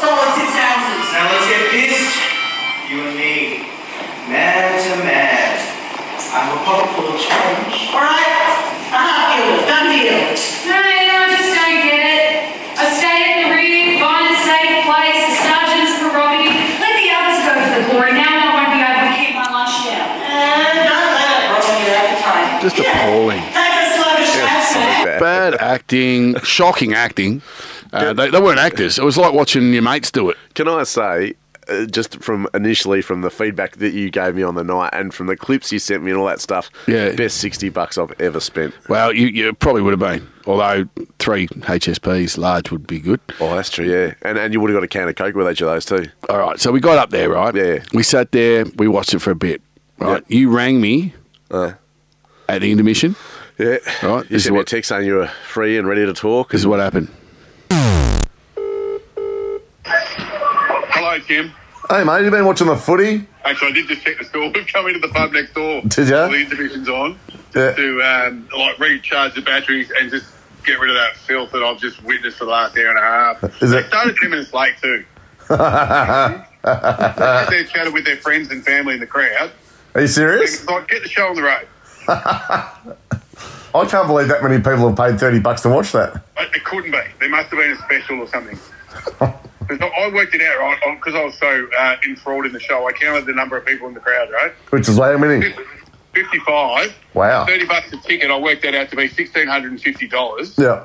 [SPEAKER 10] Now let's get this. You and me. Man to man. I'm a pope full of change. Alright. Ah, deal. Done deal.
[SPEAKER 11] No, no, no, I just don't get it. I stay in the ring, find a safe place, the sergeant's prerogative. Let the others go for the glory. Now I won't be able to keep my lunch down.
[SPEAKER 10] And don't let it ruin your appetite.
[SPEAKER 4] Just appalling.
[SPEAKER 10] Take a slow snap.
[SPEAKER 4] Bad acting, shocking acting. Uh, they, they weren't actors. It was like watching your mates do it.
[SPEAKER 3] Can I say, uh, just from initially from the feedback that you gave me on the night and from the clips you sent me and all that stuff,
[SPEAKER 4] Yeah.
[SPEAKER 3] best sixty bucks I've ever spent.
[SPEAKER 4] Well, you, you probably would have been. Although three HSPs large would be good.
[SPEAKER 3] Oh, that's true. Yeah, and and you would have got a can of coke with each of those too.
[SPEAKER 4] All right, so we got up there, right?
[SPEAKER 3] Yeah.
[SPEAKER 4] We sat there, we watched it for a bit. Right.
[SPEAKER 3] Yep.
[SPEAKER 4] You rang me at the intermission.
[SPEAKER 3] Yeah,
[SPEAKER 4] All right.
[SPEAKER 3] You
[SPEAKER 4] This is
[SPEAKER 3] sent me a
[SPEAKER 4] what
[SPEAKER 3] text saying you were free and ready to talk.
[SPEAKER 4] this is what happened.
[SPEAKER 9] Hello, Tim.
[SPEAKER 3] Hey mate, you been watching the footy?
[SPEAKER 9] Actually, I did just check the store. We've come into the pub next door.
[SPEAKER 3] Did ya?
[SPEAKER 9] All the intermission's on
[SPEAKER 3] Yeah.
[SPEAKER 9] to um, like recharge the batteries and just get rid of that filth that I've just witnessed for the last hour and a half.
[SPEAKER 12] Is
[SPEAKER 9] they
[SPEAKER 12] it-
[SPEAKER 9] started 10 minutes late, too. As
[SPEAKER 12] Are
[SPEAKER 9] they chatted with their friends and family in the crowd.
[SPEAKER 12] you serious?
[SPEAKER 9] It's like, get the show on the road.
[SPEAKER 12] I can't believe that many people have paid 30 bucks to watch that.
[SPEAKER 9] But it couldn't be. There must have been a special or something. 'Cause I I worked it out, right? Because I was so uh, enthralled in the show, I counted the number of people in the crowd, right?
[SPEAKER 12] Which is how many?
[SPEAKER 9] 55.
[SPEAKER 12] Wow.
[SPEAKER 9] 30 bucks a ticket, I worked that out to be $1,650,
[SPEAKER 12] Yeah.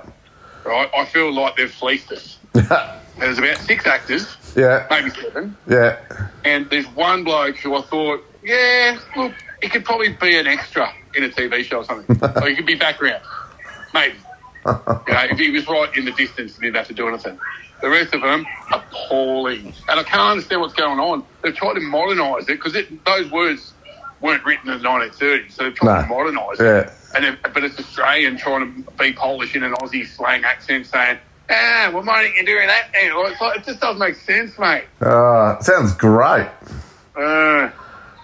[SPEAKER 9] right? I feel like they've fleeced us. There's about six actors,
[SPEAKER 12] yeah.
[SPEAKER 9] maybe seven,
[SPEAKER 12] Yeah.
[SPEAKER 9] and there's one bloke who I thought, yeah, look, he could probably be an extra in a TV show or something. or he could be background, maybe. You know, if he was right in the distance, he didn't have to do anything. The rest of them, appalling. And I can't understand what's going on. They've tried to modernise it because those words weren't written in the 1930s, so they've tried to
[SPEAKER 12] No.
[SPEAKER 9] modernise it.
[SPEAKER 12] Yeah.
[SPEAKER 9] And it, but it's Australian trying to be Polish in an Aussie slang accent saying, ah, well, why don't you do that now? Well, It's like, it just doesn't make sense, mate.
[SPEAKER 12] Uh, sounds great.
[SPEAKER 9] Uh,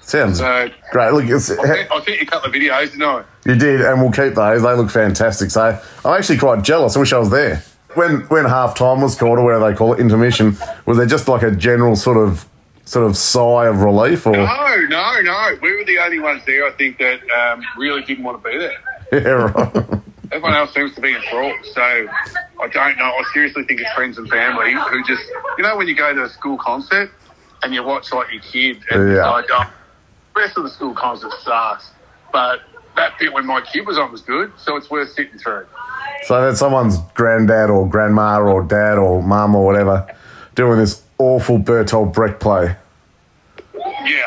[SPEAKER 12] Sounds
[SPEAKER 9] so
[SPEAKER 12] great. Look, it's,
[SPEAKER 9] I think, I think you cut the videos, didn't I?
[SPEAKER 12] You did, and we'll keep those. They look fantastic. So I'm actually quite jealous. I wish I was there. When when half time was called, or whatever they call it, intermission, was there just like a general sort of sort of sigh of relief, or
[SPEAKER 9] No, no, no. We were the only ones there, I think, that um, really didn't want to be there.
[SPEAKER 12] yeah, right.
[SPEAKER 9] Everyone else seems to be enthralled. So I don't know. I seriously think it's friends and family who just, you know, when you go to a school concert and you watch like your kid and
[SPEAKER 12] Yeah.
[SPEAKER 9] I don't. The rest of the school concert sucks, but that bit when my kid was on was good, so it's worth sitting through.
[SPEAKER 12] so that someone's granddad or grandma or dad or mum or whatever doing this awful Bertolt Brecht play.
[SPEAKER 9] Yeah.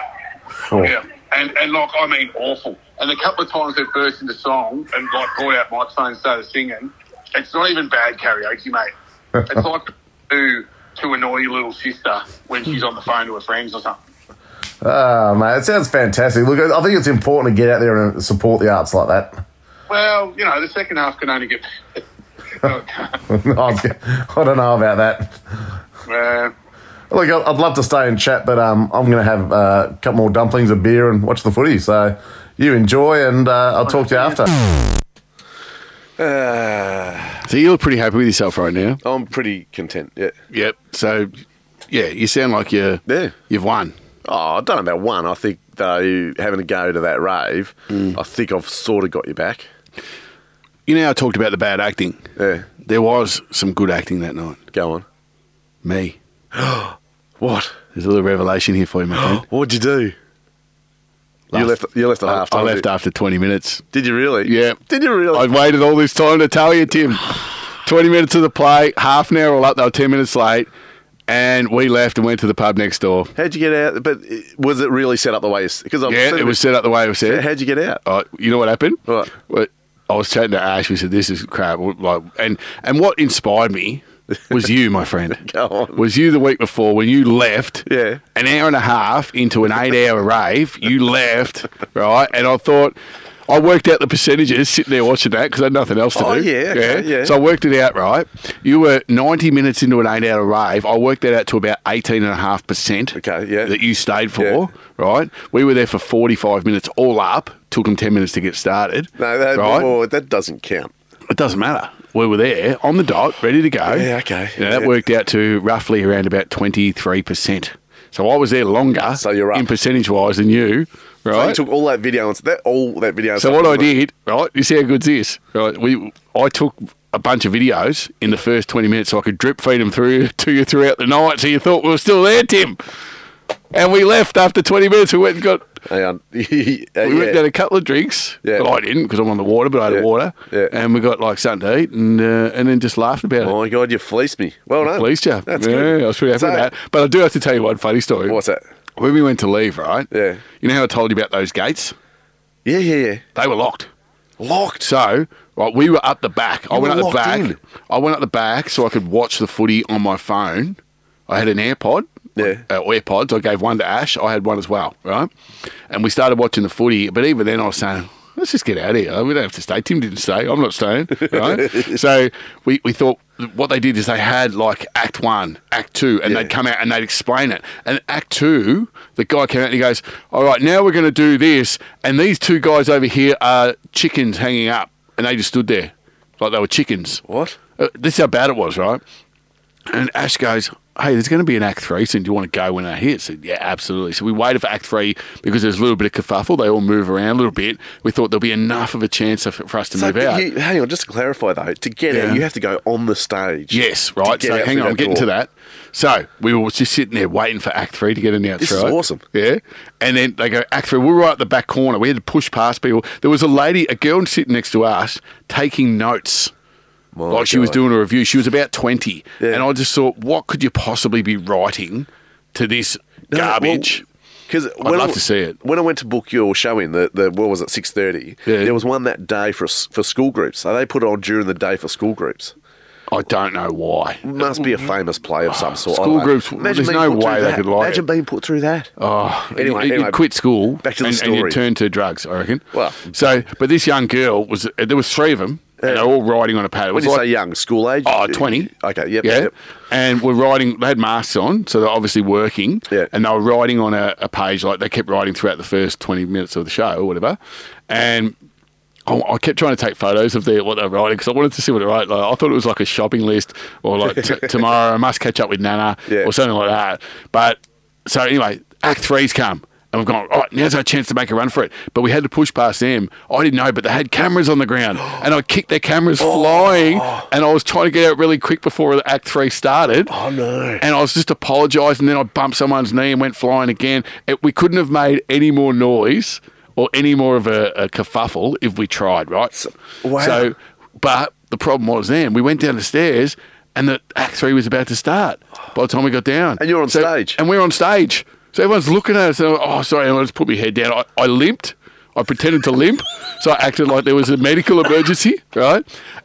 [SPEAKER 12] Oh.
[SPEAKER 9] Yeah. And, and like, I mean, awful. And a couple of times they burst into song and like brought out my phone and started singing. It's not even bad karaoke, mate. It's like to, to annoy your little sister when she's on the phone to her friends or something.
[SPEAKER 12] Ah, mate, it sounds fantastic. Look, I I think it's important to get out there and support the arts like that.
[SPEAKER 9] Well, you know, the second half can only get.
[SPEAKER 12] I don't know about that.
[SPEAKER 9] Uh,
[SPEAKER 12] Look, I- I'd love to stay and chat, but um, I'm going to have uh, a couple more dumplings, a beer, and watch the footy. So you enjoy, and uh, I'll talk to you after.
[SPEAKER 4] So you look pretty happy with yourself right now.
[SPEAKER 3] I'm pretty content. Yeah.
[SPEAKER 4] Yep. So, yeah, you sound like you're
[SPEAKER 3] yeah.
[SPEAKER 4] you've won.
[SPEAKER 3] Oh, I don't know about one. I think though having to go to that rave,
[SPEAKER 12] Mm.
[SPEAKER 3] I think I've sort of got you back.
[SPEAKER 4] You know, I talked about the bad acting.
[SPEAKER 3] Yeah.
[SPEAKER 4] There was some good acting that night.
[SPEAKER 3] Go on.
[SPEAKER 4] Me.
[SPEAKER 3] what?
[SPEAKER 4] There's a little revelation here for you, my friend.
[SPEAKER 3] What'd you do? you left. You left at
[SPEAKER 4] I,
[SPEAKER 3] half
[SPEAKER 4] I
[SPEAKER 3] time.
[SPEAKER 4] left after 20 minutes.
[SPEAKER 3] Did you really?
[SPEAKER 4] Yeah.
[SPEAKER 3] Did you really?
[SPEAKER 4] I've waited all this time to tell you, Tim. 20 minutes of the play, half an hour all up, they were 10 minutes late, and we left and went to the pub next door.
[SPEAKER 3] How'd you get out? But uh, was it really set up the way? Because
[SPEAKER 4] yeah, it was set up the way it was set.
[SPEAKER 3] How'd you get out?
[SPEAKER 4] Uh, you know what happened?
[SPEAKER 3] What?
[SPEAKER 4] Well, I was chatting to Ash. We said, "This is crap." Well, Like, and and what inspired me was you, my friend.
[SPEAKER 3] Go on.
[SPEAKER 4] Was you the week before when you left?
[SPEAKER 3] Yeah.
[SPEAKER 4] An hour and a half into an eight-hour rave, you left, right? And I thought. I worked out the percentages sitting there watching that because I had nothing else to
[SPEAKER 3] Oh,
[SPEAKER 4] do.
[SPEAKER 3] yeah, okay, yeah.
[SPEAKER 4] So I worked it out, right? You were 90 minutes into an eight hour rave. I worked that out to about 18.5%
[SPEAKER 3] Okay, yeah.
[SPEAKER 4] that you stayed for,
[SPEAKER 3] Yeah.
[SPEAKER 4] right? We were there for 45 minutes all up. Took them 10 minutes to get started.
[SPEAKER 3] No, that,
[SPEAKER 4] right?
[SPEAKER 3] well, that doesn't count.
[SPEAKER 4] It doesn't matter. We were there on the dot, ready to go.
[SPEAKER 3] Yeah, okay.
[SPEAKER 4] You know, that
[SPEAKER 3] Yeah.
[SPEAKER 4] worked out to roughly around about 23%. So I was there longer
[SPEAKER 3] So you're up.
[SPEAKER 4] in percentage wise than you,
[SPEAKER 3] So
[SPEAKER 4] right?
[SPEAKER 3] you took all that video and s- that all that video. and
[SPEAKER 4] So
[SPEAKER 3] stuff
[SPEAKER 4] what I
[SPEAKER 3] and-
[SPEAKER 4] did, right? You see how good's this, right? We, I took a bunch of videos in the first twenty minutes, so I could drip feed them through to you throughout the night. So you thought we were still there, Tim, and we left after twenty minutes. We went and got
[SPEAKER 3] Hang on. we
[SPEAKER 4] we went and had a couple of drinks.
[SPEAKER 3] Uh, Yeah.
[SPEAKER 4] Well, I didn't because I'm on the water, but I had
[SPEAKER 3] Yeah.
[SPEAKER 4] water.
[SPEAKER 3] Yeah.
[SPEAKER 4] And we got like something to eat, and uh, and then just laughed about
[SPEAKER 3] Oh
[SPEAKER 4] it.
[SPEAKER 3] my god, you fleeced me. Well done.
[SPEAKER 4] Pleased you.
[SPEAKER 3] eh? That's
[SPEAKER 4] yeah,
[SPEAKER 3] good.
[SPEAKER 4] I was pretty happy
[SPEAKER 3] So-
[SPEAKER 4] with that. But I do have to tell you one funny story.
[SPEAKER 3] What's that?
[SPEAKER 4] When we went to leave, right?
[SPEAKER 3] Yeah.
[SPEAKER 4] You know how I told you about those gates?
[SPEAKER 3] Yeah, yeah, yeah.
[SPEAKER 4] They were locked.
[SPEAKER 3] Locked.
[SPEAKER 4] So right, we were up the back. I
[SPEAKER 3] You
[SPEAKER 4] went
[SPEAKER 3] were
[SPEAKER 4] up
[SPEAKER 3] locked
[SPEAKER 4] the back.
[SPEAKER 3] in.
[SPEAKER 4] I went up the back so I could watch the footy on my phone. I had an AirPod.
[SPEAKER 3] Yeah.
[SPEAKER 4] Uh, AirPods. I gave one to Ash. I had one as well, right? And we started watching the footy. But even then, I was saying, let's just get out of here. We don't have to stay. Tim didn't stay. I'm not staying, right? so we, we thought what they did is they had like Act One, Act Two, and
[SPEAKER 3] Yeah.
[SPEAKER 4] they'd come out and they'd explain it. And Act Two, the guy came out and he goes, All right, now we're going to do this. And these two guys over here are chickens hanging up. And they just stood there. like they were chickens.
[SPEAKER 3] What?
[SPEAKER 4] Uh, this is how bad it was, right? And Ash goes, "Hey, there's going to be an Act Three soon. Do you want to go when that hits?" I said, yeah, absolutely. So we waited for Act Three because there's a little bit of kerfuffle. They all move around a little bit. We thought there'll be enough of a chance of- for us to
[SPEAKER 3] So
[SPEAKER 4] move out.
[SPEAKER 3] you- hang on, just to clarify though, to get
[SPEAKER 4] Yeah.
[SPEAKER 3] out, you have to go on the stage.
[SPEAKER 4] Yes,
[SPEAKER 3] To
[SPEAKER 4] right.
[SPEAKER 3] get
[SPEAKER 4] So
[SPEAKER 3] out
[SPEAKER 4] hang
[SPEAKER 3] through
[SPEAKER 4] on, I'm
[SPEAKER 3] that
[SPEAKER 4] getting
[SPEAKER 3] door.
[SPEAKER 4] to that. So we were just sitting there waiting for Act Three to get announced.
[SPEAKER 3] This is
[SPEAKER 4] right?
[SPEAKER 3] awesome.
[SPEAKER 4] Yeah. And then they go Act Three. We were right at the back corner. We had to push past people. There was a lady, a girl sitting next to us, taking notes. like she was
[SPEAKER 3] God.
[SPEAKER 4] doing a review. She was about twenty, and I just thought, what could you possibly be writing to this garbage?
[SPEAKER 3] Because
[SPEAKER 4] I'd love to see it.
[SPEAKER 3] When I went to book your show in the, the what was it six thirty?
[SPEAKER 4] Yeah.
[SPEAKER 3] There was one that day for s- for school groups. So they put it on during the day for school groups.
[SPEAKER 4] I don't know why.
[SPEAKER 3] Must be a famous play of some sort. I
[SPEAKER 4] Mm. School
[SPEAKER 3] don't know.
[SPEAKER 4] groups, there's
[SPEAKER 3] being
[SPEAKER 4] no
[SPEAKER 3] put through
[SPEAKER 4] way they
[SPEAKER 3] that.
[SPEAKER 4] could like
[SPEAKER 3] Imagine
[SPEAKER 4] it.
[SPEAKER 3] being put through that.
[SPEAKER 4] Oh,
[SPEAKER 3] Anyway,
[SPEAKER 4] anyway, you,
[SPEAKER 3] anyway,
[SPEAKER 4] quit school
[SPEAKER 3] back to the
[SPEAKER 4] and, and you
[SPEAKER 3] story.
[SPEAKER 4] turn to drugs. I reckon.
[SPEAKER 3] Well-
[SPEAKER 4] so but this young girl was uh, there was three of them, and they're all riding on a pad. It
[SPEAKER 3] When
[SPEAKER 4] was
[SPEAKER 3] you
[SPEAKER 4] like,
[SPEAKER 3] say young, school age?
[SPEAKER 4] Oh, 20.
[SPEAKER 3] Okay, yep,
[SPEAKER 4] yeah,
[SPEAKER 3] yep.
[SPEAKER 4] and we're riding. They had masks on, so they're obviously working. Yeah, and they were riding on a, a page like they kept riding throughout the first twenty minutes of the show or whatever, and. I I kept trying to take photos of the, what they were writing because I wanted to see what it wrote. Like, I thought it was like a shopping list or like t- tomorrow I must catch up with Nana or something like that. But so anyway, Act Three's come. And we've gone, all right, now's our chance to make a run for it. But we had to push past them. I didn't know, but they had cameras on the ground. And I kicked their cameras flying. And I was trying to get out really quick before Act 3 started. Oh,
[SPEAKER 3] no.
[SPEAKER 4] And I was just apologising. Then I bumped someone's knee and went flying again. It, we couldn't have made any more noise or any more of a, a kerfuffle if we tried, right? So,
[SPEAKER 3] wow.
[SPEAKER 4] So, but the problem was then we went down the stairs and the Act 3 was about to start by the time we got down.
[SPEAKER 3] And you're on
[SPEAKER 4] So-
[SPEAKER 3] stage.
[SPEAKER 4] and we're on stage. So everyone's looking at us. And, oh, sorry. And I just put my head down. I, I limped. I pretended to limp. So I acted like there was a medical emergency, right?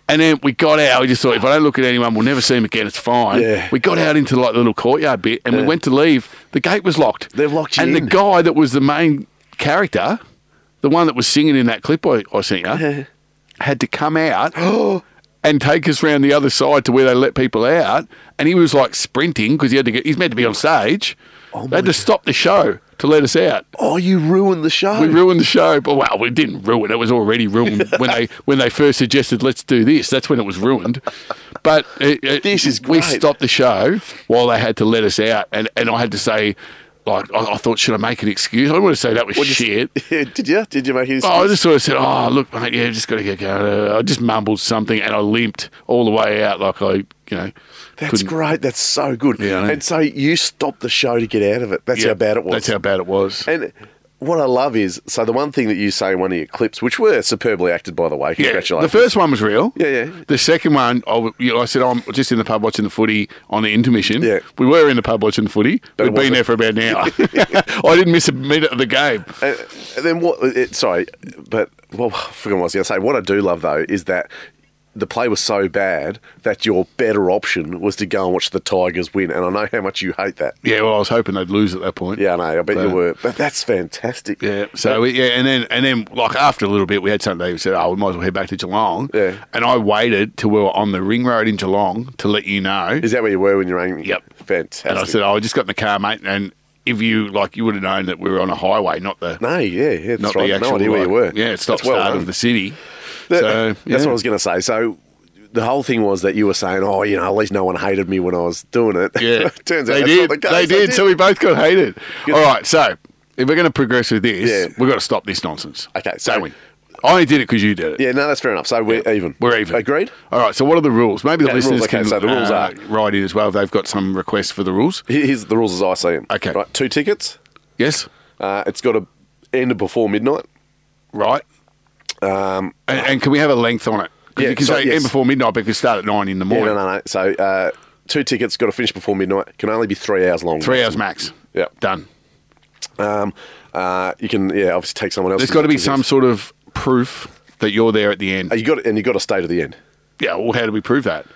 [SPEAKER 4] And then we got out. We just thought, if I don't look at anyone, we'll never see him again. It's fine.
[SPEAKER 3] Yeah.
[SPEAKER 4] We got out into like the little courtyard bit and we
[SPEAKER 3] Yeah.
[SPEAKER 4] went to leave. The gate was locked.
[SPEAKER 3] They've locked you
[SPEAKER 4] and
[SPEAKER 3] in.
[SPEAKER 4] the guy that was the main character, the one that was singing in that clip I, I sent you, had to come out
[SPEAKER 3] Oh.
[SPEAKER 4] and take us round the other side to where they let people out. And he was like sprinting because he had to get. He's meant to be on stage. they had to stop the show to let us out.
[SPEAKER 3] Oh, you ruined the show.
[SPEAKER 4] We ruined the show, but well, we didn't ruin it. It was already ruined when they when they first suggested let's do this. That's when it was ruined. But it, it-
[SPEAKER 3] This is
[SPEAKER 4] we
[SPEAKER 3] great.
[SPEAKER 4] stopped the show while they had to let us out, and, and I had to say. Like I, I thought, should I make an excuse? I didn't want to say that was
[SPEAKER 3] What'd you
[SPEAKER 4] shit.
[SPEAKER 3] s- Did you? Did you make it?
[SPEAKER 4] Oh, I just sort of said, "Oh, look, mate, yeah, just got to get going." Uh, I just mumbled something, and I limped all the way out, like I, you know,
[SPEAKER 3] That's
[SPEAKER 4] couldn't-
[SPEAKER 3] great. That's so good.
[SPEAKER 4] Yeah, I know.
[SPEAKER 3] and so you stopped the show to get out of it. That's
[SPEAKER 4] Yeah,
[SPEAKER 3] how bad it was.
[SPEAKER 4] That's how bad it was.
[SPEAKER 3] And what I love is so the one thing that you say in one of your clips, which were superbly acted by the way.
[SPEAKER 4] Yeah, the
[SPEAKER 3] Congratulations.
[SPEAKER 4] first one was real.
[SPEAKER 3] Yeah, yeah.
[SPEAKER 4] The second one, I, w- you know, I said, oh, I'm just in the pub watching the footy on the intermission.
[SPEAKER 3] Yeah.
[SPEAKER 4] We were in the pub watching the footy.
[SPEAKER 3] But it
[SPEAKER 4] We'd been
[SPEAKER 3] wasn't.
[SPEAKER 4] there for about an hour. I didn't miss a minute of the game.
[SPEAKER 3] And, and then what? It, sorry, but well, I forgot what I was going to say. What I do love though is that the play was so bad that your better option was to go and watch the Tigers win. And I know how much you hate that.
[SPEAKER 4] Yeah, well, I was hoping they'd lose at that point.
[SPEAKER 3] Yeah, I know. I bet you
[SPEAKER 4] But-
[SPEAKER 3] were. But that's fantastic.
[SPEAKER 4] Yeah. So we, yeah, and then and then like after a little bit, we had something. We said, "Oh, we might as well head back to Geelong."
[SPEAKER 3] Yeah.
[SPEAKER 4] And I waited till we were on the ring road in Geelong to let you know.
[SPEAKER 3] Is that where you were when you rang me?
[SPEAKER 4] Yep.
[SPEAKER 3] Fantastic.
[SPEAKER 4] And I said, "Oh, I just got in the car, mate." And if you like, you would have known that we were on a highway, not the
[SPEAKER 3] No, yeah, yeah, that's
[SPEAKER 4] not
[SPEAKER 3] right.
[SPEAKER 4] the actual.
[SPEAKER 3] no idea where you were.
[SPEAKER 4] like- Yeah, it's not
[SPEAKER 3] That's well
[SPEAKER 4] start
[SPEAKER 3] done.
[SPEAKER 4] of the city.
[SPEAKER 3] That-
[SPEAKER 4] so yeah.
[SPEAKER 3] That's what I was going to say. So the whole thing was that you were saying, oh, you know, at least no one hated me when I was doing it.
[SPEAKER 4] Yeah,
[SPEAKER 3] Turns out
[SPEAKER 4] they
[SPEAKER 3] that's
[SPEAKER 4] did.
[SPEAKER 3] not the case.
[SPEAKER 4] They did. So we both got hated.
[SPEAKER 3] Good.
[SPEAKER 4] All right. So if we're going to progress with this,
[SPEAKER 3] Yeah.
[SPEAKER 4] we've got to stop this nonsense.
[SPEAKER 3] Okay, so-
[SPEAKER 4] So we. I only did it because you did it.
[SPEAKER 3] yeah, no, that's fair enough. So we're even.
[SPEAKER 4] We're even.
[SPEAKER 3] Agreed?
[SPEAKER 4] All right. So what are the rules? Maybe the
[SPEAKER 3] Okay, the
[SPEAKER 4] listeners
[SPEAKER 3] rules, okay,
[SPEAKER 4] can
[SPEAKER 3] so the rules
[SPEAKER 4] uh,
[SPEAKER 3] are-
[SPEAKER 4] write in as well if they've got some requests for the rules.
[SPEAKER 3] Here- Here's the rules as I see them.
[SPEAKER 4] Okay.
[SPEAKER 3] Right, two tickets.
[SPEAKER 4] Yes.
[SPEAKER 3] Uh, it's got to end before midnight.
[SPEAKER 4] Right.
[SPEAKER 3] Um,
[SPEAKER 4] And, and can we have a length on it? 'Cause
[SPEAKER 3] Yeah,
[SPEAKER 4] you can
[SPEAKER 3] so-
[SPEAKER 4] say
[SPEAKER 3] yes.
[SPEAKER 4] end before midnight, but it can start at nine in the
[SPEAKER 3] yeah,
[SPEAKER 4] morning.
[SPEAKER 3] no, no, no. So uh, two tickets, got to finish before midnight. Can only be three hours long.
[SPEAKER 4] Three hours max.
[SPEAKER 3] Yeah.
[SPEAKER 4] Done.
[SPEAKER 3] Um, uh, you can, yeah, obviously take someone else.
[SPEAKER 4] There's got to be some sort of proof that you're there at the end.
[SPEAKER 3] Uh, You got, and you got to stay to the end.
[SPEAKER 4] Yeah. Well, how do we prove that?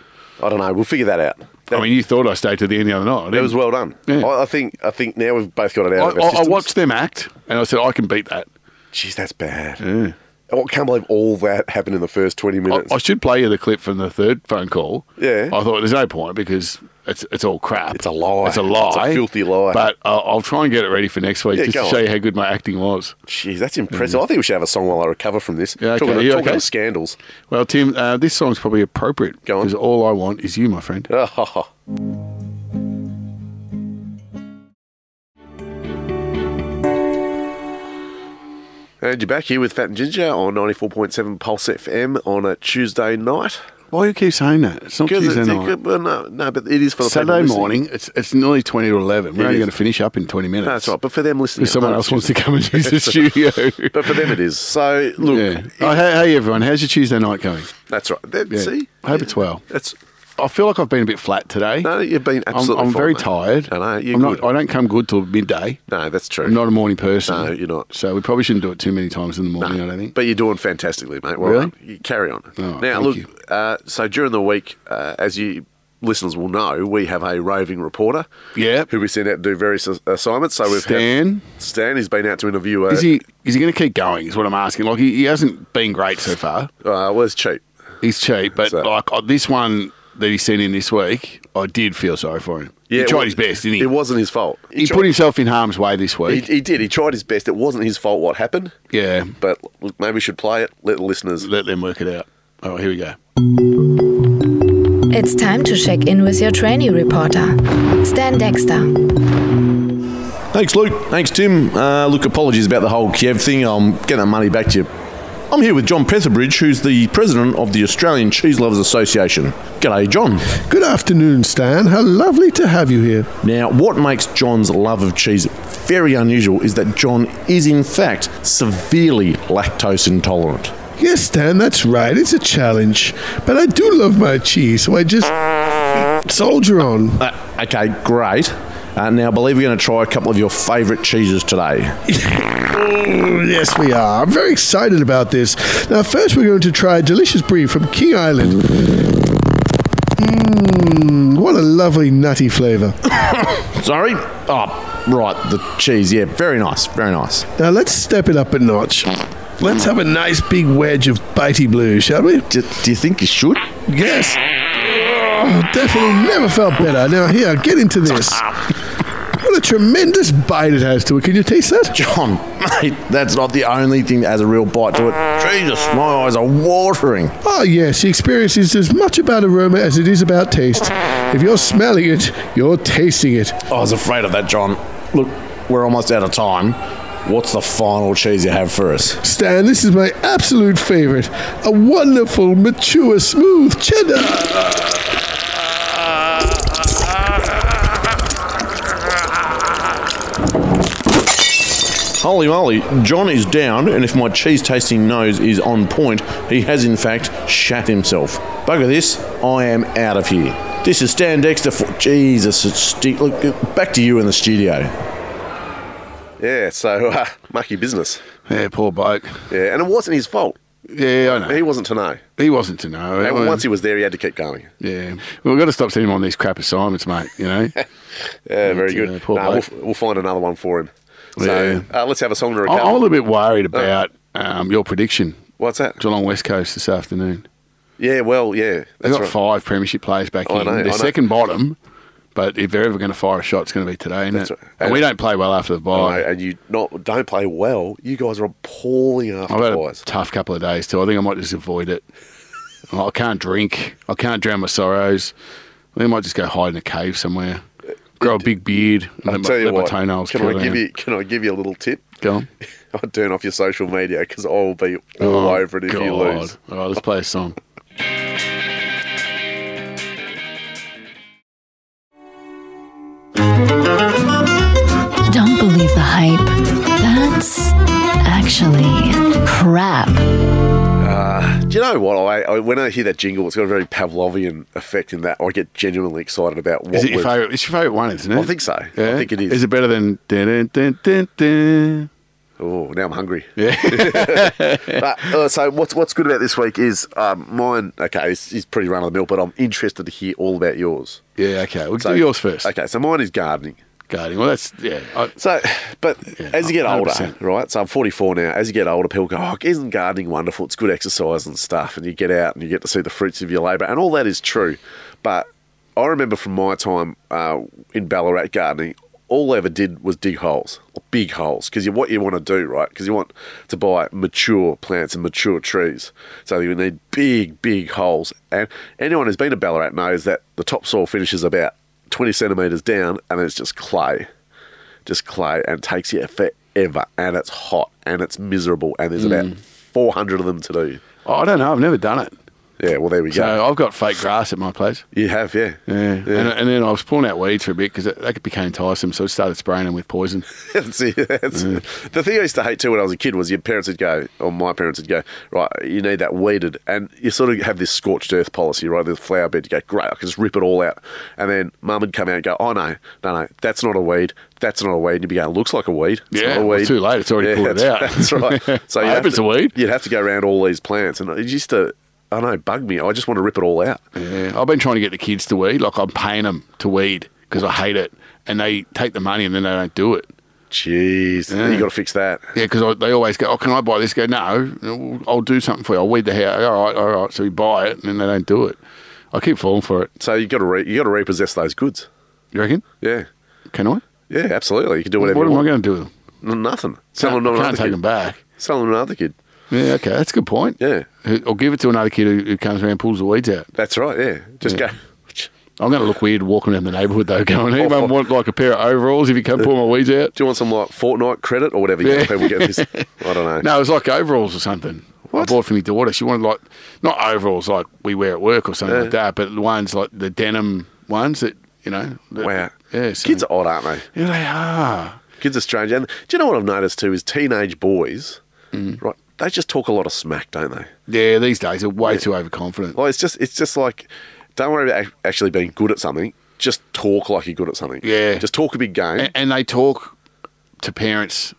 [SPEAKER 3] I don't know. We'll figure that out.
[SPEAKER 4] I mean, you thought I stayed to the end the other night.
[SPEAKER 3] It was well done.
[SPEAKER 4] Yeah.
[SPEAKER 3] I, I think. I think now we've both got it out.
[SPEAKER 4] I,
[SPEAKER 3] of our
[SPEAKER 4] I, I
[SPEAKER 3] systems.
[SPEAKER 4] watched them act, and I said I can beat that.
[SPEAKER 3] Jeez, that's bad. Oh, I can't believe all that happened in the first twenty
[SPEAKER 4] I,
[SPEAKER 3] minutes.
[SPEAKER 4] I should play you the clip from the third phone call.
[SPEAKER 3] Yeah.
[SPEAKER 4] I thought there's no point because it's it's all crap.
[SPEAKER 10] It's a lie.
[SPEAKER 4] It's a lie.
[SPEAKER 10] It's a filthy lie.
[SPEAKER 4] But I'll, I'll try and get it ready for next week
[SPEAKER 10] Yeah,
[SPEAKER 4] just
[SPEAKER 10] go
[SPEAKER 4] to
[SPEAKER 10] on.
[SPEAKER 4] show you how good my acting was.
[SPEAKER 10] Jeez, that's impressive. I think we should have a song while I recover from this.
[SPEAKER 4] Yeah, okay.
[SPEAKER 10] Talking, of-
[SPEAKER 4] You
[SPEAKER 10] talking
[SPEAKER 4] okay?
[SPEAKER 10] of scandals.
[SPEAKER 4] Well, Tim, uh, this song's probably appropriate because all I want is you, my friend.
[SPEAKER 10] And you're back here with Fat and Ginger on 94.7 Pulse FM on a Tuesday night.
[SPEAKER 4] Why do you keep saying that? It's not Tuesday
[SPEAKER 10] it's-
[SPEAKER 4] night.
[SPEAKER 10] well, no, no, but it is for the people
[SPEAKER 4] Saturday
[SPEAKER 10] listening.
[SPEAKER 4] morning. It's it's nearly twenty to eleven. We're
[SPEAKER 10] It
[SPEAKER 4] only
[SPEAKER 10] is.
[SPEAKER 4] going to finish up in twenty minutes.
[SPEAKER 10] No, that's right. But for them listening,
[SPEAKER 4] If someone
[SPEAKER 10] no,
[SPEAKER 4] else wants to
[SPEAKER 10] Tuesday.
[SPEAKER 4] come and use the studio.
[SPEAKER 10] but for them it is. So look,
[SPEAKER 4] yeah. Oh, hey, hey, everyone. How's your Tuesday night going?
[SPEAKER 10] that's right. That,
[SPEAKER 4] Yeah.
[SPEAKER 10] See,
[SPEAKER 4] I hope it's well.
[SPEAKER 10] that's
[SPEAKER 4] I feel like I've been a bit flat today.
[SPEAKER 10] no, you've been absolutely.
[SPEAKER 4] I'm, I'm
[SPEAKER 10] fine,
[SPEAKER 4] very
[SPEAKER 10] mate.
[SPEAKER 4] tired.
[SPEAKER 10] I know, you're
[SPEAKER 4] I'm
[SPEAKER 10] good.
[SPEAKER 4] Not, I don't come good till midday.
[SPEAKER 10] No, that's true.
[SPEAKER 4] I'm not a morning person.
[SPEAKER 10] No, you're not.
[SPEAKER 4] So we probably shouldn't do it too many times in the morning. I don't think.
[SPEAKER 10] But you're doing fantastically, mate. Well,
[SPEAKER 4] Really?
[SPEAKER 10] done. you carry on.
[SPEAKER 4] Oh,
[SPEAKER 10] now,
[SPEAKER 4] thank
[SPEAKER 10] look,
[SPEAKER 4] you.
[SPEAKER 10] Uh, so during the week, uh, as you listeners will know, we have a roving reporter.
[SPEAKER 4] Yeah.
[SPEAKER 10] Who we send out to do various as- assignments. So we've
[SPEAKER 4] Stan?
[SPEAKER 10] Had, Stan, he's been out to interview. Uh,
[SPEAKER 4] Is he is he going to keep going? Is what I'm asking. Like he, he hasn't been great so far.
[SPEAKER 10] Uh, well, it's cheap.
[SPEAKER 4] He's cheap, but
[SPEAKER 10] So-
[SPEAKER 4] like uh, this one that he sent in this week, I did feel sorry for him. he
[SPEAKER 10] it
[SPEAKER 4] tried
[SPEAKER 10] wa-
[SPEAKER 4] his best, didn't he?
[SPEAKER 10] It wasn't his fault.
[SPEAKER 4] he
[SPEAKER 10] tried-
[SPEAKER 4] put himself in harm's way this
[SPEAKER 10] He,
[SPEAKER 4] week.
[SPEAKER 10] he did. He tried his best. It wasn't his fault what happened,
[SPEAKER 4] yeah,
[SPEAKER 10] but look, maybe we should play it. Let the listeners.
[SPEAKER 4] let them work it out. Oh, here we go.
[SPEAKER 8] It's time to check in with your trainee reporter, Stan Dexter.
[SPEAKER 3] Thanks, Luke. Thanks, Tim. Uh, look, apologies about the whole Kiev thing. I'm getting that money back to you. I'm here with John Petherbridge, who's the president of the Australian Cheese Lovers Association. G'day, John.
[SPEAKER 13] Good afternoon, Stan. How lovely to have you here.
[SPEAKER 3] Now, what makes John's love of cheese very unusual is that John is, in fact, severely lactose intolerant.
[SPEAKER 13] Yes, Stan, that's right. It's a challenge. But I do love my cheese, so I just soldier on.
[SPEAKER 3] Uh, okay, great. Uh, now, I believe we're going to try a couple of your favourite cheeses today.
[SPEAKER 13] Oh, yes, we are. I'm very excited about this. Now, first, we're going to try a delicious brie from King Island. Mmm, what a lovely nutty flavour.
[SPEAKER 3] Sorry? Oh, right, the cheese. Yeah, very nice, very nice.
[SPEAKER 13] Now, let's step it up a notch. Let's have a nice big wedge of bitey blue, shall we?
[SPEAKER 3] Do, do you think you should?
[SPEAKER 13] Yes. Oh, definitely never felt better. Now, here, get into this. What a tremendous bite it has to it. Can you taste that?
[SPEAKER 3] John, mate, that's not the only thing that has a real bite to it. Jesus, my eyes are watering.
[SPEAKER 13] Ah, yes, the experience is as much about aroma as it is about taste. If you're smelling it, you're tasting it.
[SPEAKER 3] I was afraid of that, John. Look, we're almost out of time. What's the final cheese you have for us?
[SPEAKER 13] Stan, this is my absolute favorite. A wonderful, mature, smooth cheddar.
[SPEAKER 3] Holy moly, John is down, and if my cheese tasting nose is on point, he has in fact shat himself. Bugger this, I am out of here. This is Stan Dexter for. Jesus, it's sti- Look, back to you in the studio.
[SPEAKER 10] Yeah. So uh, mucky business.
[SPEAKER 4] Yeah, poor bloke.
[SPEAKER 10] Yeah, and it wasn't his fault.
[SPEAKER 4] Yeah, I know.
[SPEAKER 10] He wasn't to know.
[SPEAKER 4] He wasn't to know.
[SPEAKER 10] And
[SPEAKER 13] Oh,
[SPEAKER 4] I-
[SPEAKER 10] once he was there, he had to keep going.
[SPEAKER 4] yeah, well, we've got to stop sending him on these crap assignments, mate. You know.
[SPEAKER 10] Yeah, very
[SPEAKER 4] Yeah,
[SPEAKER 10] good.
[SPEAKER 4] poor
[SPEAKER 10] Nah, we'll,
[SPEAKER 4] bloke.
[SPEAKER 10] we'll find another one for him. So uh, let's have a Uh. song to
[SPEAKER 4] I-
[SPEAKER 10] recover.
[SPEAKER 4] I'm a little bit worried about um, your prediction.
[SPEAKER 10] What's that?
[SPEAKER 4] Geelong West Coast this afternoon.
[SPEAKER 10] Yeah, well, yeah.
[SPEAKER 4] They've
[SPEAKER 10] That's
[SPEAKER 4] got
[SPEAKER 10] right. Oh,
[SPEAKER 4] five premiership players back
[SPEAKER 10] I
[SPEAKER 4] in.
[SPEAKER 10] know, I
[SPEAKER 4] They're
[SPEAKER 10] know.
[SPEAKER 4] second bottom, but if they're ever going to fire a shot, it's going to be today, isn't
[SPEAKER 10] That's
[SPEAKER 4] it?
[SPEAKER 10] right.
[SPEAKER 4] And,
[SPEAKER 10] And-
[SPEAKER 4] we don't play well after the
[SPEAKER 10] I
[SPEAKER 4] bye.
[SPEAKER 10] know, and you not don't play well. You guys are appalling
[SPEAKER 4] I've had a
[SPEAKER 10] afterwards.
[SPEAKER 4] tough couple of days too. I think I might just avoid it. I can't drink. I can't drown my sorrows. I think I might just go hide in a cave somewhere. Grow a big beard and
[SPEAKER 10] I'll
[SPEAKER 4] let, my,
[SPEAKER 10] tell you
[SPEAKER 4] let my
[SPEAKER 10] what.
[SPEAKER 4] toenails
[SPEAKER 10] Can
[SPEAKER 4] curl
[SPEAKER 10] I give
[SPEAKER 4] down.
[SPEAKER 10] you? Can I give you a little tip?
[SPEAKER 4] Go on.
[SPEAKER 10] I'll turn off your social media because I will be all over it if you lose.
[SPEAKER 4] Oh, All right, let's play a song.
[SPEAKER 2] Don't believe the hype. That's actually crap.
[SPEAKER 10] Uh, do you know what? I, I when I hear that jingle, it's got a very Pavlovian effect in that I get genuinely excited about what
[SPEAKER 4] Is it your
[SPEAKER 10] we've-
[SPEAKER 4] favorite? It's your favorite one, isn't it?
[SPEAKER 10] I think so.
[SPEAKER 4] Yeah?
[SPEAKER 10] I think it is.
[SPEAKER 4] Is it better than? Dun, dun, dun, dun?
[SPEAKER 10] Oh, now I'm hungry.
[SPEAKER 4] Yeah.
[SPEAKER 10] But, uh, so what's what's good about this week is um, mine. Okay, it's, it's pretty run of the mill, but I'm interested to hear all about yours.
[SPEAKER 4] yeah. Okay. We'll
[SPEAKER 10] So-
[SPEAKER 4] do yours first.
[SPEAKER 10] Okay, so mine is gardening.
[SPEAKER 4] Guarding. Well, that's yeah. I,
[SPEAKER 10] So, but as you get older,
[SPEAKER 4] 100%.
[SPEAKER 10] right? So I'm 44 now. As you get older, people go, "Oh, isn't gardening wonderful? It's good exercise and stuff." And you get out and you get to see the fruits of your labour, and all that is true. But I remember from my time uh, in Ballarat gardening, all I ever did was dig holes, big holes, because what you want to do, right? Because you want to buy mature plants and mature trees, so you need big, big holes. And anyone who's been to Ballarat knows that the topsoil finishes about twenty centimetres down, and it's just clay, just clay, and it takes you forever, and it's hot, and it's miserable, and there's
[SPEAKER 4] Mm.
[SPEAKER 10] about four hundred of them to do.
[SPEAKER 4] I don't know. I've never done it.
[SPEAKER 10] Yeah, well, there we go.
[SPEAKER 4] So I've got fake grass at my place.
[SPEAKER 10] You have, yeah.
[SPEAKER 4] Yeah. And, and then I was pulling out weeds for a bit because that became tiresome. So I started spraying them with poison.
[SPEAKER 10] that's it. That's it. The thing I used to hate too when I was a kid was your parents would go, or my parents would go, right, you need that weeded. And you sort of have this scorched earth policy, right? The flower bed, you go, great, I can just rip it all out. And then mum would come out and go, oh, no, no, no, that's not a weed. That's not a weed. And you'd be going, looks like a weed. It's
[SPEAKER 4] Yeah,
[SPEAKER 10] not a
[SPEAKER 4] well,
[SPEAKER 10] weed.
[SPEAKER 4] too late. It's already pulled it
[SPEAKER 10] that's-
[SPEAKER 4] out.
[SPEAKER 10] That's right.
[SPEAKER 4] I
[SPEAKER 10] you'd
[SPEAKER 4] hope
[SPEAKER 10] have
[SPEAKER 4] it's
[SPEAKER 10] to-
[SPEAKER 4] a weed.
[SPEAKER 10] You'd have to go around all these plants. And it used to, I don't know, bug me. I just want to rip it all out.
[SPEAKER 4] Yeah. I've been trying to get the kids to weed. Like I'm paying them to weed because I hate it, and they take the money and then they don't do it.
[SPEAKER 10] Jeez,
[SPEAKER 4] Yeah.
[SPEAKER 10] you got to fix that.
[SPEAKER 4] Yeah, because they always go, "Oh, can I buy this?" Go, no, I'll do something for you. I'll weed the house. All right, all right. So we buy it, and then they don't do it. I keep falling for it.
[SPEAKER 10] So you got to re- you got to repossess those goods.
[SPEAKER 4] You reckon?
[SPEAKER 10] Yeah,
[SPEAKER 4] Can I?
[SPEAKER 10] yeah, absolutely. You can do whatever.
[SPEAKER 4] what
[SPEAKER 10] you
[SPEAKER 4] am
[SPEAKER 10] want.
[SPEAKER 4] I going to do? with them?
[SPEAKER 10] N- Nothing. Sell them
[SPEAKER 4] I
[SPEAKER 10] to another
[SPEAKER 4] can't take
[SPEAKER 10] kid.
[SPEAKER 4] them back.
[SPEAKER 10] Sell them to another kid.
[SPEAKER 4] Yeah, okay, that's a good point.
[SPEAKER 10] Yeah,
[SPEAKER 4] Who- Or give it to another kid who, who comes around and pulls the weeds out.
[SPEAKER 10] that's right. Yeah, just
[SPEAKER 4] Yeah.
[SPEAKER 10] go.
[SPEAKER 4] I'm going to look weird walking around the neighbourhood though, going,
[SPEAKER 10] Oh.
[SPEAKER 4] anyone want like a pair of overalls if you come pull my weeds out?
[SPEAKER 10] Do you want some like Fortnite credit or whatever? You
[SPEAKER 4] Yeah.
[SPEAKER 10] get people get this. I don't know.
[SPEAKER 4] No, it was like overalls or something. I bought for my daughter. She wanted like not overalls like we wear at work or something
[SPEAKER 10] Yeah.
[SPEAKER 4] like that, but the ones like the denim ones that you know. That,
[SPEAKER 10] Wow.
[SPEAKER 4] Yeah, so-
[SPEAKER 10] Kids are odd, aren't they?
[SPEAKER 4] Yeah, they are.
[SPEAKER 10] Kids are strange. And do you know what I've noticed too is teenage boys,
[SPEAKER 4] Mm.
[SPEAKER 10] right? They just talk a lot of smack, don't they?
[SPEAKER 4] Yeah, these days are way too overconfident.
[SPEAKER 10] Like it's just it's just like don't worry about ac- actually being good at something. Just talk like you're good at something.
[SPEAKER 4] Yeah. Eh.
[SPEAKER 10] Just talk a big game.
[SPEAKER 4] And, and they talk to parents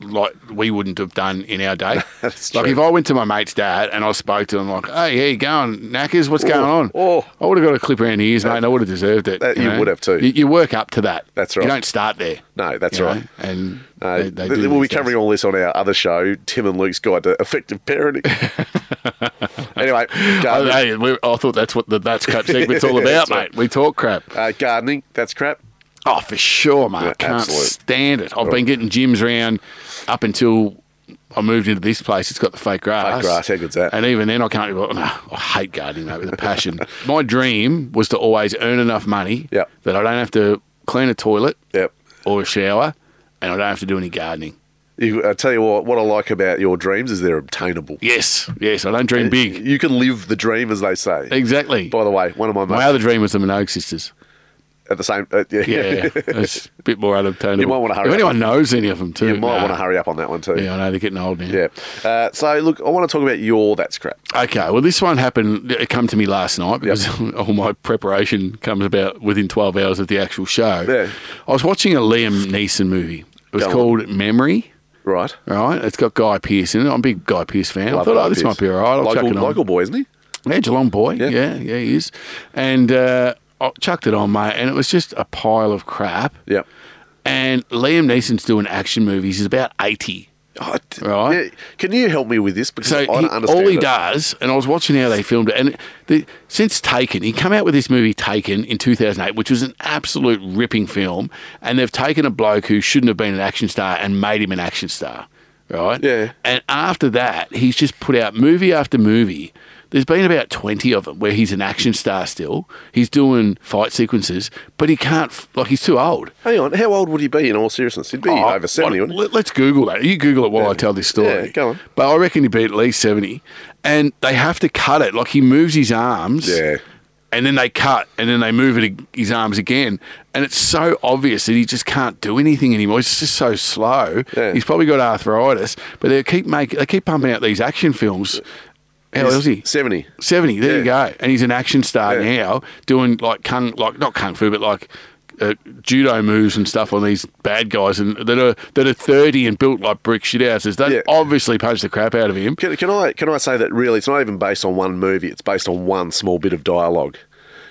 [SPEAKER 4] like we wouldn't have done in our day.
[SPEAKER 10] That's
[SPEAKER 4] like
[SPEAKER 10] true.
[SPEAKER 4] if I went to my mate's dad and I spoke to him like, "Hey, how you going, knackers? What's going on?"
[SPEAKER 10] oh.
[SPEAKER 4] I would have got a clip around the ears, mate. and I would have deserved it.
[SPEAKER 10] that you would have too.
[SPEAKER 4] You, you work up to that.
[SPEAKER 10] That's
[SPEAKER 4] You
[SPEAKER 10] right.
[SPEAKER 4] don't start there.
[SPEAKER 10] no, that's
[SPEAKER 4] you know,
[SPEAKER 10] right.
[SPEAKER 4] And
[SPEAKER 10] No,
[SPEAKER 4] they, they
[SPEAKER 10] Uh, th-
[SPEAKER 4] do
[SPEAKER 10] we'll be
[SPEAKER 4] these
[SPEAKER 10] covering
[SPEAKER 4] things.
[SPEAKER 10] all this on our other show, Tim and Luke's Guide to Effective Parenting. anyway,
[SPEAKER 4] I,
[SPEAKER 10] gardening,
[SPEAKER 4] Oh, hey, we- I thought that's what the that's crap segment's all about,
[SPEAKER 10] That's right.
[SPEAKER 4] mate. We talk crap.
[SPEAKER 10] uh, gardening that's crap.
[SPEAKER 4] Oh, for sure, mate.
[SPEAKER 10] Yeah,
[SPEAKER 4] I can't
[SPEAKER 10] absolute.
[SPEAKER 4] stand it. I've been getting gyms round up until I moved into this place. It's got the fake grass.
[SPEAKER 10] Fake grass, how good's that?
[SPEAKER 4] And even then, I can't. be like, No, I hate gardening, mate, with a passion. My dream was to always earn enough money
[SPEAKER 10] Yep.
[SPEAKER 4] that I don't have to clean a toilet
[SPEAKER 10] Yep.
[SPEAKER 4] or a shower, and I don't have to do any gardening.
[SPEAKER 10] You, I tell you what, what I like about your dreams is they're obtainable.
[SPEAKER 4] Yes, yes, I don't dream big.
[SPEAKER 10] You can live the dream, as they say.
[SPEAKER 4] Exactly.
[SPEAKER 10] By the way, one of my mates
[SPEAKER 4] My other dream was the Minogue sisters.
[SPEAKER 10] at the same. Uh, yeah,
[SPEAKER 4] Yeah, that's a bit more unobtainable.
[SPEAKER 10] You might wanna hurry
[SPEAKER 4] If
[SPEAKER 10] up.
[SPEAKER 4] anyone knows any of them too,
[SPEAKER 10] you might
[SPEAKER 4] nah.
[SPEAKER 10] want to hurry up on that one too.
[SPEAKER 4] Yeah, I know they're getting old now.
[SPEAKER 10] Yeah. Uh, so look, I want to talk about your that's crap.
[SPEAKER 4] Okay, well, this one happened. It come to me last night because all my preparation comes about within twelve hours of the actual show.
[SPEAKER 10] Yeah.
[SPEAKER 4] I was watching a Liam Neeson movie. It was
[SPEAKER 10] Go on.
[SPEAKER 4] called Memory.
[SPEAKER 10] Right.
[SPEAKER 4] Right, it's got Guy Pearce in it. I'm a big Guy Pearce fan. I
[SPEAKER 10] Love
[SPEAKER 4] thought,
[SPEAKER 10] Guy
[SPEAKER 4] oh, this
[SPEAKER 10] Pearce.
[SPEAKER 4] might be all right. I'll chuck
[SPEAKER 10] local,
[SPEAKER 4] it on.
[SPEAKER 10] local boy, isn't he?
[SPEAKER 4] Yeah, Geelong boy. Yeah, yeah, he is. And uh, I chucked it on, mate, and it was just a pile of crap.
[SPEAKER 10] Yep.
[SPEAKER 4] And Liam Neeson's doing action movies. He's about eighty.
[SPEAKER 10] Oh, d-
[SPEAKER 4] Right.
[SPEAKER 10] yeah, Can you help me with this? Because
[SPEAKER 4] So
[SPEAKER 10] I don't
[SPEAKER 4] he-
[SPEAKER 10] understand.
[SPEAKER 4] all he
[SPEAKER 10] it.
[SPEAKER 4] does, and I was watching how they filmed it, and the, since Taken, he come out with this movie Taken in 2008, which was an absolute ripping film, and they've taken a bloke who shouldn't have been an action star and made him an action star, right?
[SPEAKER 10] Yeah.
[SPEAKER 4] And after that, he's just put out movie after movie. There's been about 20 of them where he's an action star still. He's doing fight sequences, but he can't, f- like, he's too old.
[SPEAKER 10] Hang on, how old would he be in all seriousness? He'd be
[SPEAKER 4] Oh,
[SPEAKER 10] over 70,
[SPEAKER 4] what-
[SPEAKER 10] wouldn't he?
[SPEAKER 4] let- Let's Google that. You Google it while I tell this story.
[SPEAKER 10] Yeah, go on.
[SPEAKER 4] But I reckon he'd be at least 70. And they have to cut it. Like he moves his arms.
[SPEAKER 10] Yeah.
[SPEAKER 4] And then they cut and then they move it, ag- his arms again. And it's so obvious that he just can't do anything anymore. It's just so slow.
[SPEAKER 10] Yeah.
[SPEAKER 4] He's probably got arthritis. But they keep making, they keep pumping out these action films. How old
[SPEAKER 10] He's
[SPEAKER 4] is he?
[SPEAKER 10] 70.
[SPEAKER 4] 70. There you
[SPEAKER 10] Yeah.
[SPEAKER 4] go. And he's an action star
[SPEAKER 10] Yeah.
[SPEAKER 4] now, doing like kung, like not kung fu, but like uh, judo moves and stuff on these bad guys and that are that are thirty and built like brick shit houses. They
[SPEAKER 10] Yeah.
[SPEAKER 4] obviously punch the crap out of him.
[SPEAKER 10] Can, can I can I say that really it's not even based on one movie, it's based on one small bit of dialogue.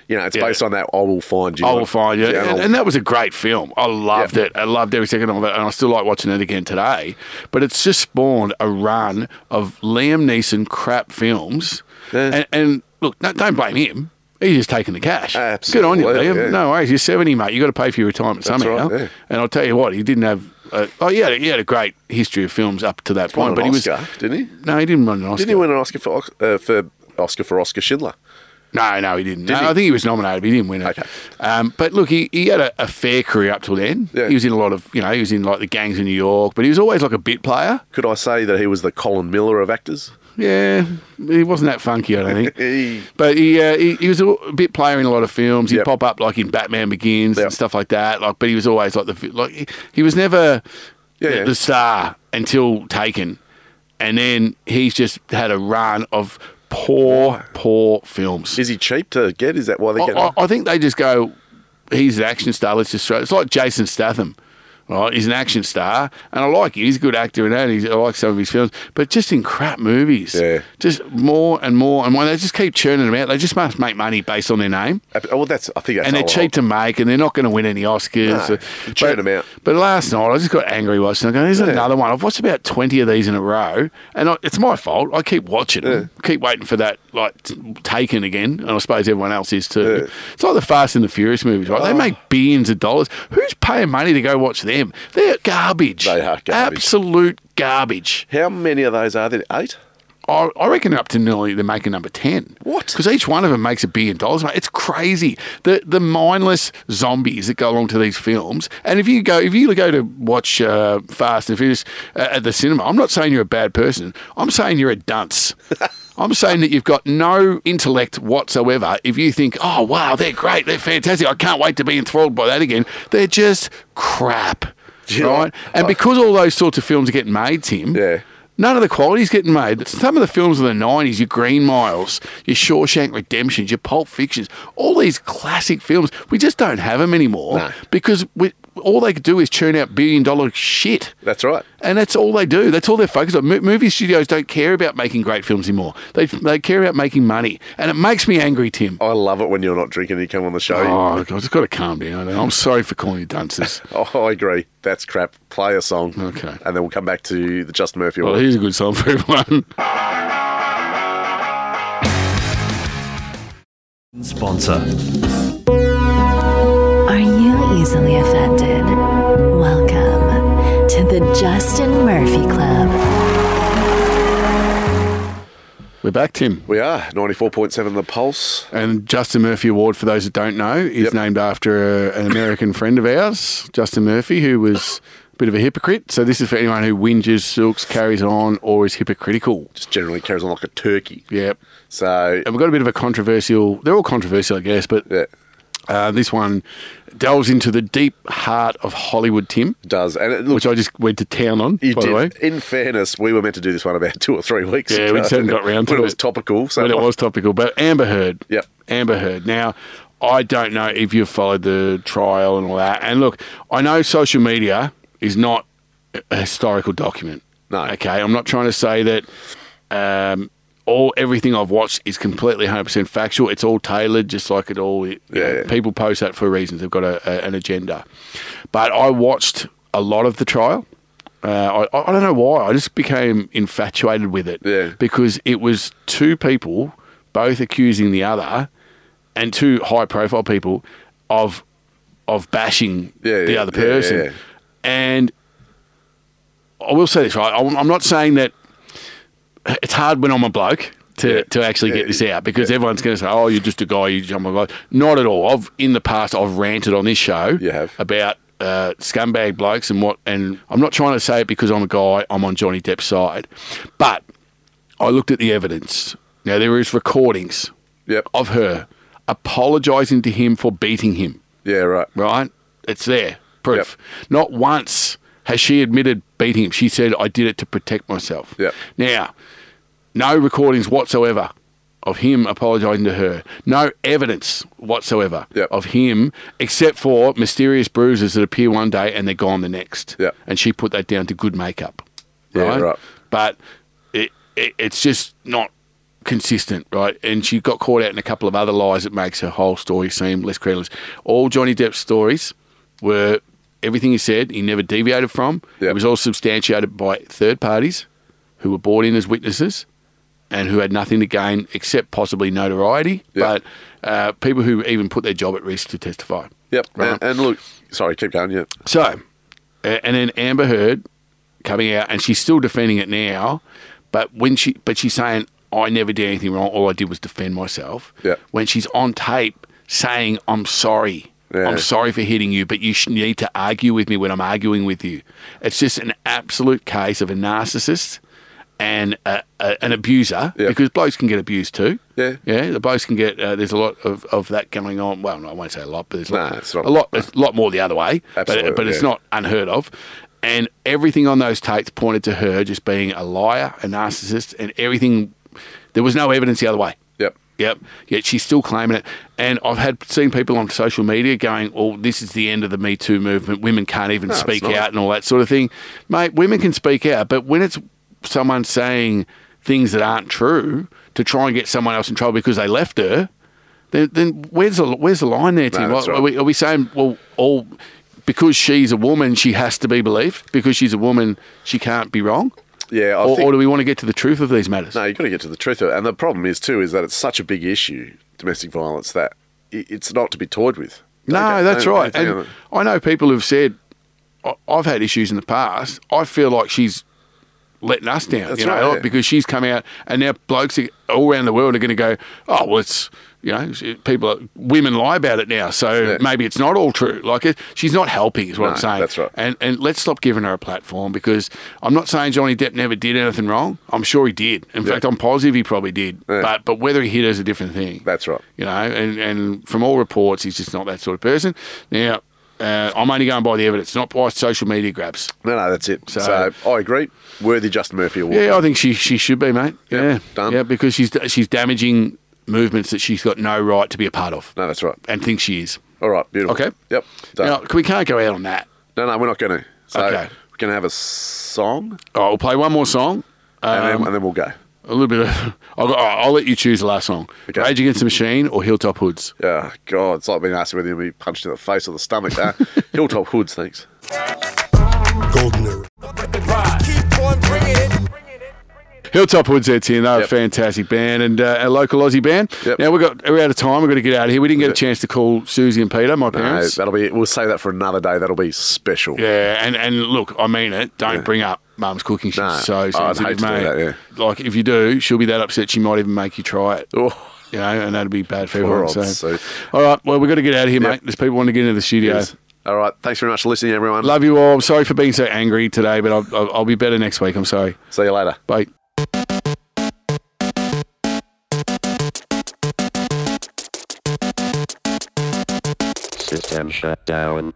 [SPEAKER 10] You know, it's
[SPEAKER 4] Yeah.
[SPEAKER 10] based on that I will find you.
[SPEAKER 4] I will find you.
[SPEAKER 10] Yeah,
[SPEAKER 4] And, and that was a great film. I loved it. I loved every second of it, and I still like watching it again today. But it's just spawned a run of Liam Neeson crap films.
[SPEAKER 10] Yeah.
[SPEAKER 4] And, and look, no, don't blame him. He's just taking the cash. Absolutely. Good on you,
[SPEAKER 3] Absolutely,
[SPEAKER 4] Liam.
[SPEAKER 3] yeah.
[SPEAKER 4] No worries. You're 70, mate. you got to pay for your retirement
[SPEAKER 3] That's
[SPEAKER 4] somehow.
[SPEAKER 3] right, yeah.
[SPEAKER 4] And I'll tell you what, he didn't have. Uh, oh, he had, a, he had a great history of films up to that
[SPEAKER 3] won
[SPEAKER 4] point,
[SPEAKER 3] an
[SPEAKER 4] but he
[SPEAKER 3] Oscar,
[SPEAKER 4] was.
[SPEAKER 3] didn't he?
[SPEAKER 4] No, he didn't win an Oscar.
[SPEAKER 3] Didn't he win an Oscar for Ox- uh, for Oscar for Oscar Schindler?
[SPEAKER 4] No, no, he didn't.
[SPEAKER 3] Did
[SPEAKER 4] no,
[SPEAKER 3] he?
[SPEAKER 4] I think he was nominated, but he didn't win it. Um, but look, he, he had a, a fair career up till then. He was in a lot of, you know, he was in like the gangs in New York, but he was always like a bit player.
[SPEAKER 3] Could I say that he was the Colin Miller of actors?
[SPEAKER 4] Yeah, he wasn't that funky, I don't think. but he, uh, he he was a bit player in a lot of films. He'd pop up like in Batman Begins and stuff like that. Like, but he was always like the vi- like he- he was never the, the star until Taken, and then he's just had a run of poor, poor films.
[SPEAKER 3] Is he cheap to get? Is that why they get?
[SPEAKER 4] I, I, I think they just go, he's an action star. Let's just throw. It's like Jason Statham. Right, he's an action star, and I like him. He's a good actor, and that. He's, I like some of his films, but just in crap movies. Yeah, just more and more and more. They just keep churning them out. They just must make money based on their name.
[SPEAKER 3] Uh, oh, Well, that's I think that's
[SPEAKER 4] and they're
[SPEAKER 3] how
[SPEAKER 4] cheap to make, and they're not going to win any Oscars.
[SPEAKER 3] No, churn
[SPEAKER 4] but,
[SPEAKER 3] them out.
[SPEAKER 4] But last night I just got angry watching. I go, "There's another one. I've watched about twenty of these in a row, and I, it's my fault. I keep watching them, keep waiting for that like t- Taken again, and I suppose everyone else is too. It's like the Fast and the Furious movies, right? They
[SPEAKER 3] Oh.
[SPEAKER 4] make billions of dollars. Who's paying money to go watch them? They're garbage. They are garbage. Absolute garbage.
[SPEAKER 3] How many of those are there? Eight.
[SPEAKER 4] I, I reckon up to nearly they're making number ten. What? Because each one of them makes a billion dollars. Mate. It's crazy. The the mindless zombies that go along to these films. And if you go if you go to watch uh, Fast and Furious uh, at the cinema, I'm not saying you're a bad person. I'm saying you're a dunce. I'm saying that you've got no intellect whatsoever. If you think, oh wow, they're great, they're fantastic, I can't wait to be enthralled by that again. They're just crap, right? And because all those sorts of films are getting made, Tim. Oh. Yeah. None of the quality's getting made. Some of the films of the 90s, your Green Miles, your Shawshank Redemptions, your Pulp Fictions, all these classic films, we just don't have them anymore because we, all they could do is churn out billion dollar shit.
[SPEAKER 3] That's right.
[SPEAKER 4] And that's all they do. That's all they're focused on. Mo- movie studios don't care about making great films anymore. They, they care about making money. And it makes me angry, Tim.
[SPEAKER 3] I love it when you're not drinking and you come on the show.
[SPEAKER 4] Oh, I've just got to calm down. I'm sorry for calling you dunces.
[SPEAKER 3] Oh, I agree. That's crap. Play a song.
[SPEAKER 4] Okay.
[SPEAKER 3] And then we'll come back to the Justin Murphy
[SPEAKER 4] Well,
[SPEAKER 3] one.
[SPEAKER 4] here's a good song for everyone.
[SPEAKER 7] Sponsor.
[SPEAKER 2] Are you easily offended? Welcome to the Justin Murphy Club.
[SPEAKER 4] We're back, Tim.
[SPEAKER 3] We are 94.7 The Pulse.
[SPEAKER 4] And Justin Murphy Award, for those that don't know, is named after a, an American friend of ours, Justin Murphy, who was a bit of a hypocrite. So this is for anyone who whinges, silks, carries on, or is hypocritical.
[SPEAKER 3] Just generally carries on like a turkey.
[SPEAKER 4] Yep.
[SPEAKER 3] So
[SPEAKER 4] And we've got a bit of a controversial. They're all controversial, I guess, but uh, this one delves into the deep heart of Hollywood, Tim.
[SPEAKER 3] does and it,
[SPEAKER 4] Which I just went to town on,
[SPEAKER 3] you
[SPEAKER 4] by
[SPEAKER 3] did.
[SPEAKER 4] the way.
[SPEAKER 3] In fairness, we were meant to do this one about two or three weeks
[SPEAKER 4] Yeah,
[SPEAKER 3] ago.
[SPEAKER 4] we just hadn't got round to
[SPEAKER 3] when
[SPEAKER 4] it.
[SPEAKER 3] it was topical. So
[SPEAKER 4] when it was topical. But Amber Heard. Yep. Amber Heard. Now, I don't know if you've followed the trial and all that. And look, I know social media is not a historical document. No. Okay. I'm not trying to say that um, all everything I've watched is completely 100% factual. It's all tailored, just like it all. you know, People post that for reasons. They've got a, a, an agenda. But I watched a lot of the trial. Uh, I, I don't know why. I just became infatuated with it because it was two people, both accusing the other, and two high-profile people of of bashing the
[SPEAKER 3] yeah,
[SPEAKER 4] other
[SPEAKER 3] yeah, yeah,
[SPEAKER 4] person.
[SPEAKER 3] yeah.
[SPEAKER 4] And I will say this right. I'm I'm not saying that it's hard when I'm a bloke to, to actually get this out because everyone's going to say, "Oh, you're just a guy." You jump on a guy. Not at all. I've in the past I've ranted on this show. You have. about uh, scumbag blokes and what. And I'm not trying to say it because I'm a guy. I'm on Johnny Depp's side, but I looked at the evidence. Now there is recordings. Of her apologising to him for beating him.
[SPEAKER 3] Yeah. Right.
[SPEAKER 4] Right. It's there. Proof. Not once has she admitted beating him. She said, "I did it to protect myself."
[SPEAKER 3] Yep.
[SPEAKER 4] Now, no recordings whatsoever of him apologising to her. No evidence whatsoever of him, except for mysterious bruises that appear one day and they're gone the next. And she put that down to good makeup.
[SPEAKER 3] Yeah,
[SPEAKER 4] Right.
[SPEAKER 3] right.
[SPEAKER 4] But it, it, it's just not consistent, right? And she got caught out in a couple of other lies that makes her whole story seem less credulous. All Johnny Depp's stories were everything he said, he never deviated from. It was all substantiated by third parties who were brought in as witnesses and who had nothing to gain except possibly notoriety, but uh, people who even put their job at risk to testify.
[SPEAKER 10] Yep. And, and look, sorry, keep going. Yeah.
[SPEAKER 4] So, a- and then Amber Heard coming out, and she's still defending it now, but when she, but she's saying, "I never did anything wrong. All I did was defend myself."
[SPEAKER 10] Yeah.
[SPEAKER 4] When she's on tape saying, "I'm sorry."
[SPEAKER 10] Yeah.
[SPEAKER 4] I'm sorry for hitting you, but you sh- need to argue with me when I'm arguing with you. It's just an absolute case of a narcissist and a, a, an abuser because blokes can get abused too.
[SPEAKER 10] Yeah.
[SPEAKER 4] Yeah. The blokes can get, uh, there's a lot of, of that going on. Well, no, I won't say a lot, but there's a lot,
[SPEAKER 10] Nah, it's not-
[SPEAKER 4] a lot, it's a lot more the other way.
[SPEAKER 10] Absolutely,
[SPEAKER 4] but, but it's
[SPEAKER 10] yeah.
[SPEAKER 4] not unheard of. And everything on those tapes pointed to her just being a liar, a narcissist, and everything. There was no evidence the other way.
[SPEAKER 10] Yep.
[SPEAKER 4] Yep. Yet she's still claiming it. And I've had seen people on social media going, "Oh, this is the end of the Me Too movement. Women can't even
[SPEAKER 10] No, it's
[SPEAKER 4] speak
[SPEAKER 10] not.
[SPEAKER 4] out and all that sort of thing." Mate, women can speak out, but when it's someone saying things that aren't true to try and get someone else in trouble because they left her, then, then where's the where's the line there, Tim?
[SPEAKER 10] No,
[SPEAKER 4] Like,
[SPEAKER 10] that's right.
[SPEAKER 4] are, we, are we saying well, all because she's a woman, she has to be believed? Because she's a woman, she can't be wrong?
[SPEAKER 10] Yeah. I
[SPEAKER 4] or,
[SPEAKER 10] think-
[SPEAKER 4] or do we want to get to the truth of these matters?
[SPEAKER 10] No, you've got to get to the truth of it. And the problem is, too, is that it's such a big issue, domestic violence, that i- it's not to be toyed with.
[SPEAKER 4] No,
[SPEAKER 10] Okay,
[SPEAKER 4] that's
[SPEAKER 10] don't-
[SPEAKER 4] right.
[SPEAKER 10] don't think
[SPEAKER 4] And
[SPEAKER 10] of it.
[SPEAKER 4] I know people who've said, "I- I've had issues in the past. I feel like she's letting us down,
[SPEAKER 10] That's
[SPEAKER 4] you know,
[SPEAKER 10] right,
[SPEAKER 4] like,
[SPEAKER 10] yeah.
[SPEAKER 4] because she's come out and now blokes are- all around the world are going to go, oh, well, it's, you know, she- people, are, women lie about it now. So maybe it's not all true. Like, it, she's not helping, is what I'm
[SPEAKER 10] No,
[SPEAKER 4] saying.
[SPEAKER 10] that's right.
[SPEAKER 4] And, and let's stop giving her a platform because I'm not saying Johnny Depp never did anything wrong. I'm sure he did. In
[SPEAKER 10] Yeah.
[SPEAKER 4] fact, I'm positive he probably did.
[SPEAKER 10] Yeah.
[SPEAKER 4] But, but whether he hit her is a different thing
[SPEAKER 10] That's right.
[SPEAKER 4] you know, and, and from all reports, he's just not that sort of person. Now, uh, I'm only going by the evidence, not by social media grabs.
[SPEAKER 10] No, no, that's it.
[SPEAKER 4] So-
[SPEAKER 10] So, I agree. Worthy Justin Murphy Award.
[SPEAKER 4] Yeah, I think she she should be, mate. yeah,
[SPEAKER 10] done.
[SPEAKER 4] Yeah, because she's she's damaging movements that she's got no right to be a part of,
[SPEAKER 10] No, that's right.
[SPEAKER 4] and thinks she is.
[SPEAKER 10] All right, beautiful.
[SPEAKER 4] Okay.
[SPEAKER 10] Yep. Done.
[SPEAKER 4] Now, we can't go out on that.
[SPEAKER 10] no, no, we're not going to. So
[SPEAKER 4] Okay.
[SPEAKER 10] we're going to have a song
[SPEAKER 4] All right, we'll play one more song. Um,
[SPEAKER 10] and, then, and then we'll go.
[SPEAKER 4] a little bit of. I'll, go- I'll let you choose the last song. Rage Against the Machine or Hilltop Hoods.
[SPEAKER 10] Yeah, God, it's like being asked whether you'll be punched in the face or the stomach. Uh, Hilltop Hoods, thanks.
[SPEAKER 14] Golden era.
[SPEAKER 4] Hilltop Hoods there, Tim. They're a fantastic band and uh, a local Aussie band. Now we've got we're out of time. We've got to get out of here. We didn't get a chance to call Susie and Peter, my
[SPEAKER 10] No,
[SPEAKER 4] parents.
[SPEAKER 10] that'll be. We'll save that for another day. That'll be special.
[SPEAKER 4] yeah, and, and look, I mean it. Don't bring up mum's cooking. She's so
[SPEAKER 10] Oh, I'd
[SPEAKER 4] sensitive,
[SPEAKER 10] hate to do
[SPEAKER 4] mate.
[SPEAKER 10] that,
[SPEAKER 4] Like if you do, she'll be that upset. She might even make you try it.
[SPEAKER 10] Oh.
[SPEAKER 4] You know, and that'd be bad for
[SPEAKER 10] Poor
[SPEAKER 4] everyone.
[SPEAKER 10] old
[SPEAKER 4] So.
[SPEAKER 10] Sue.
[SPEAKER 4] all right, well we've got to get out of here,
[SPEAKER 10] Yep.
[SPEAKER 4] mate. There's people want to get into the studio.
[SPEAKER 10] Yes. All right. Thanks very much for listening, everyone.
[SPEAKER 4] Love you all. I'm sorry for being so angry today, but I'll, I'll, I'll be better next week. I'm sorry.
[SPEAKER 10] See you later.
[SPEAKER 4] Bye.
[SPEAKER 1] System shut down.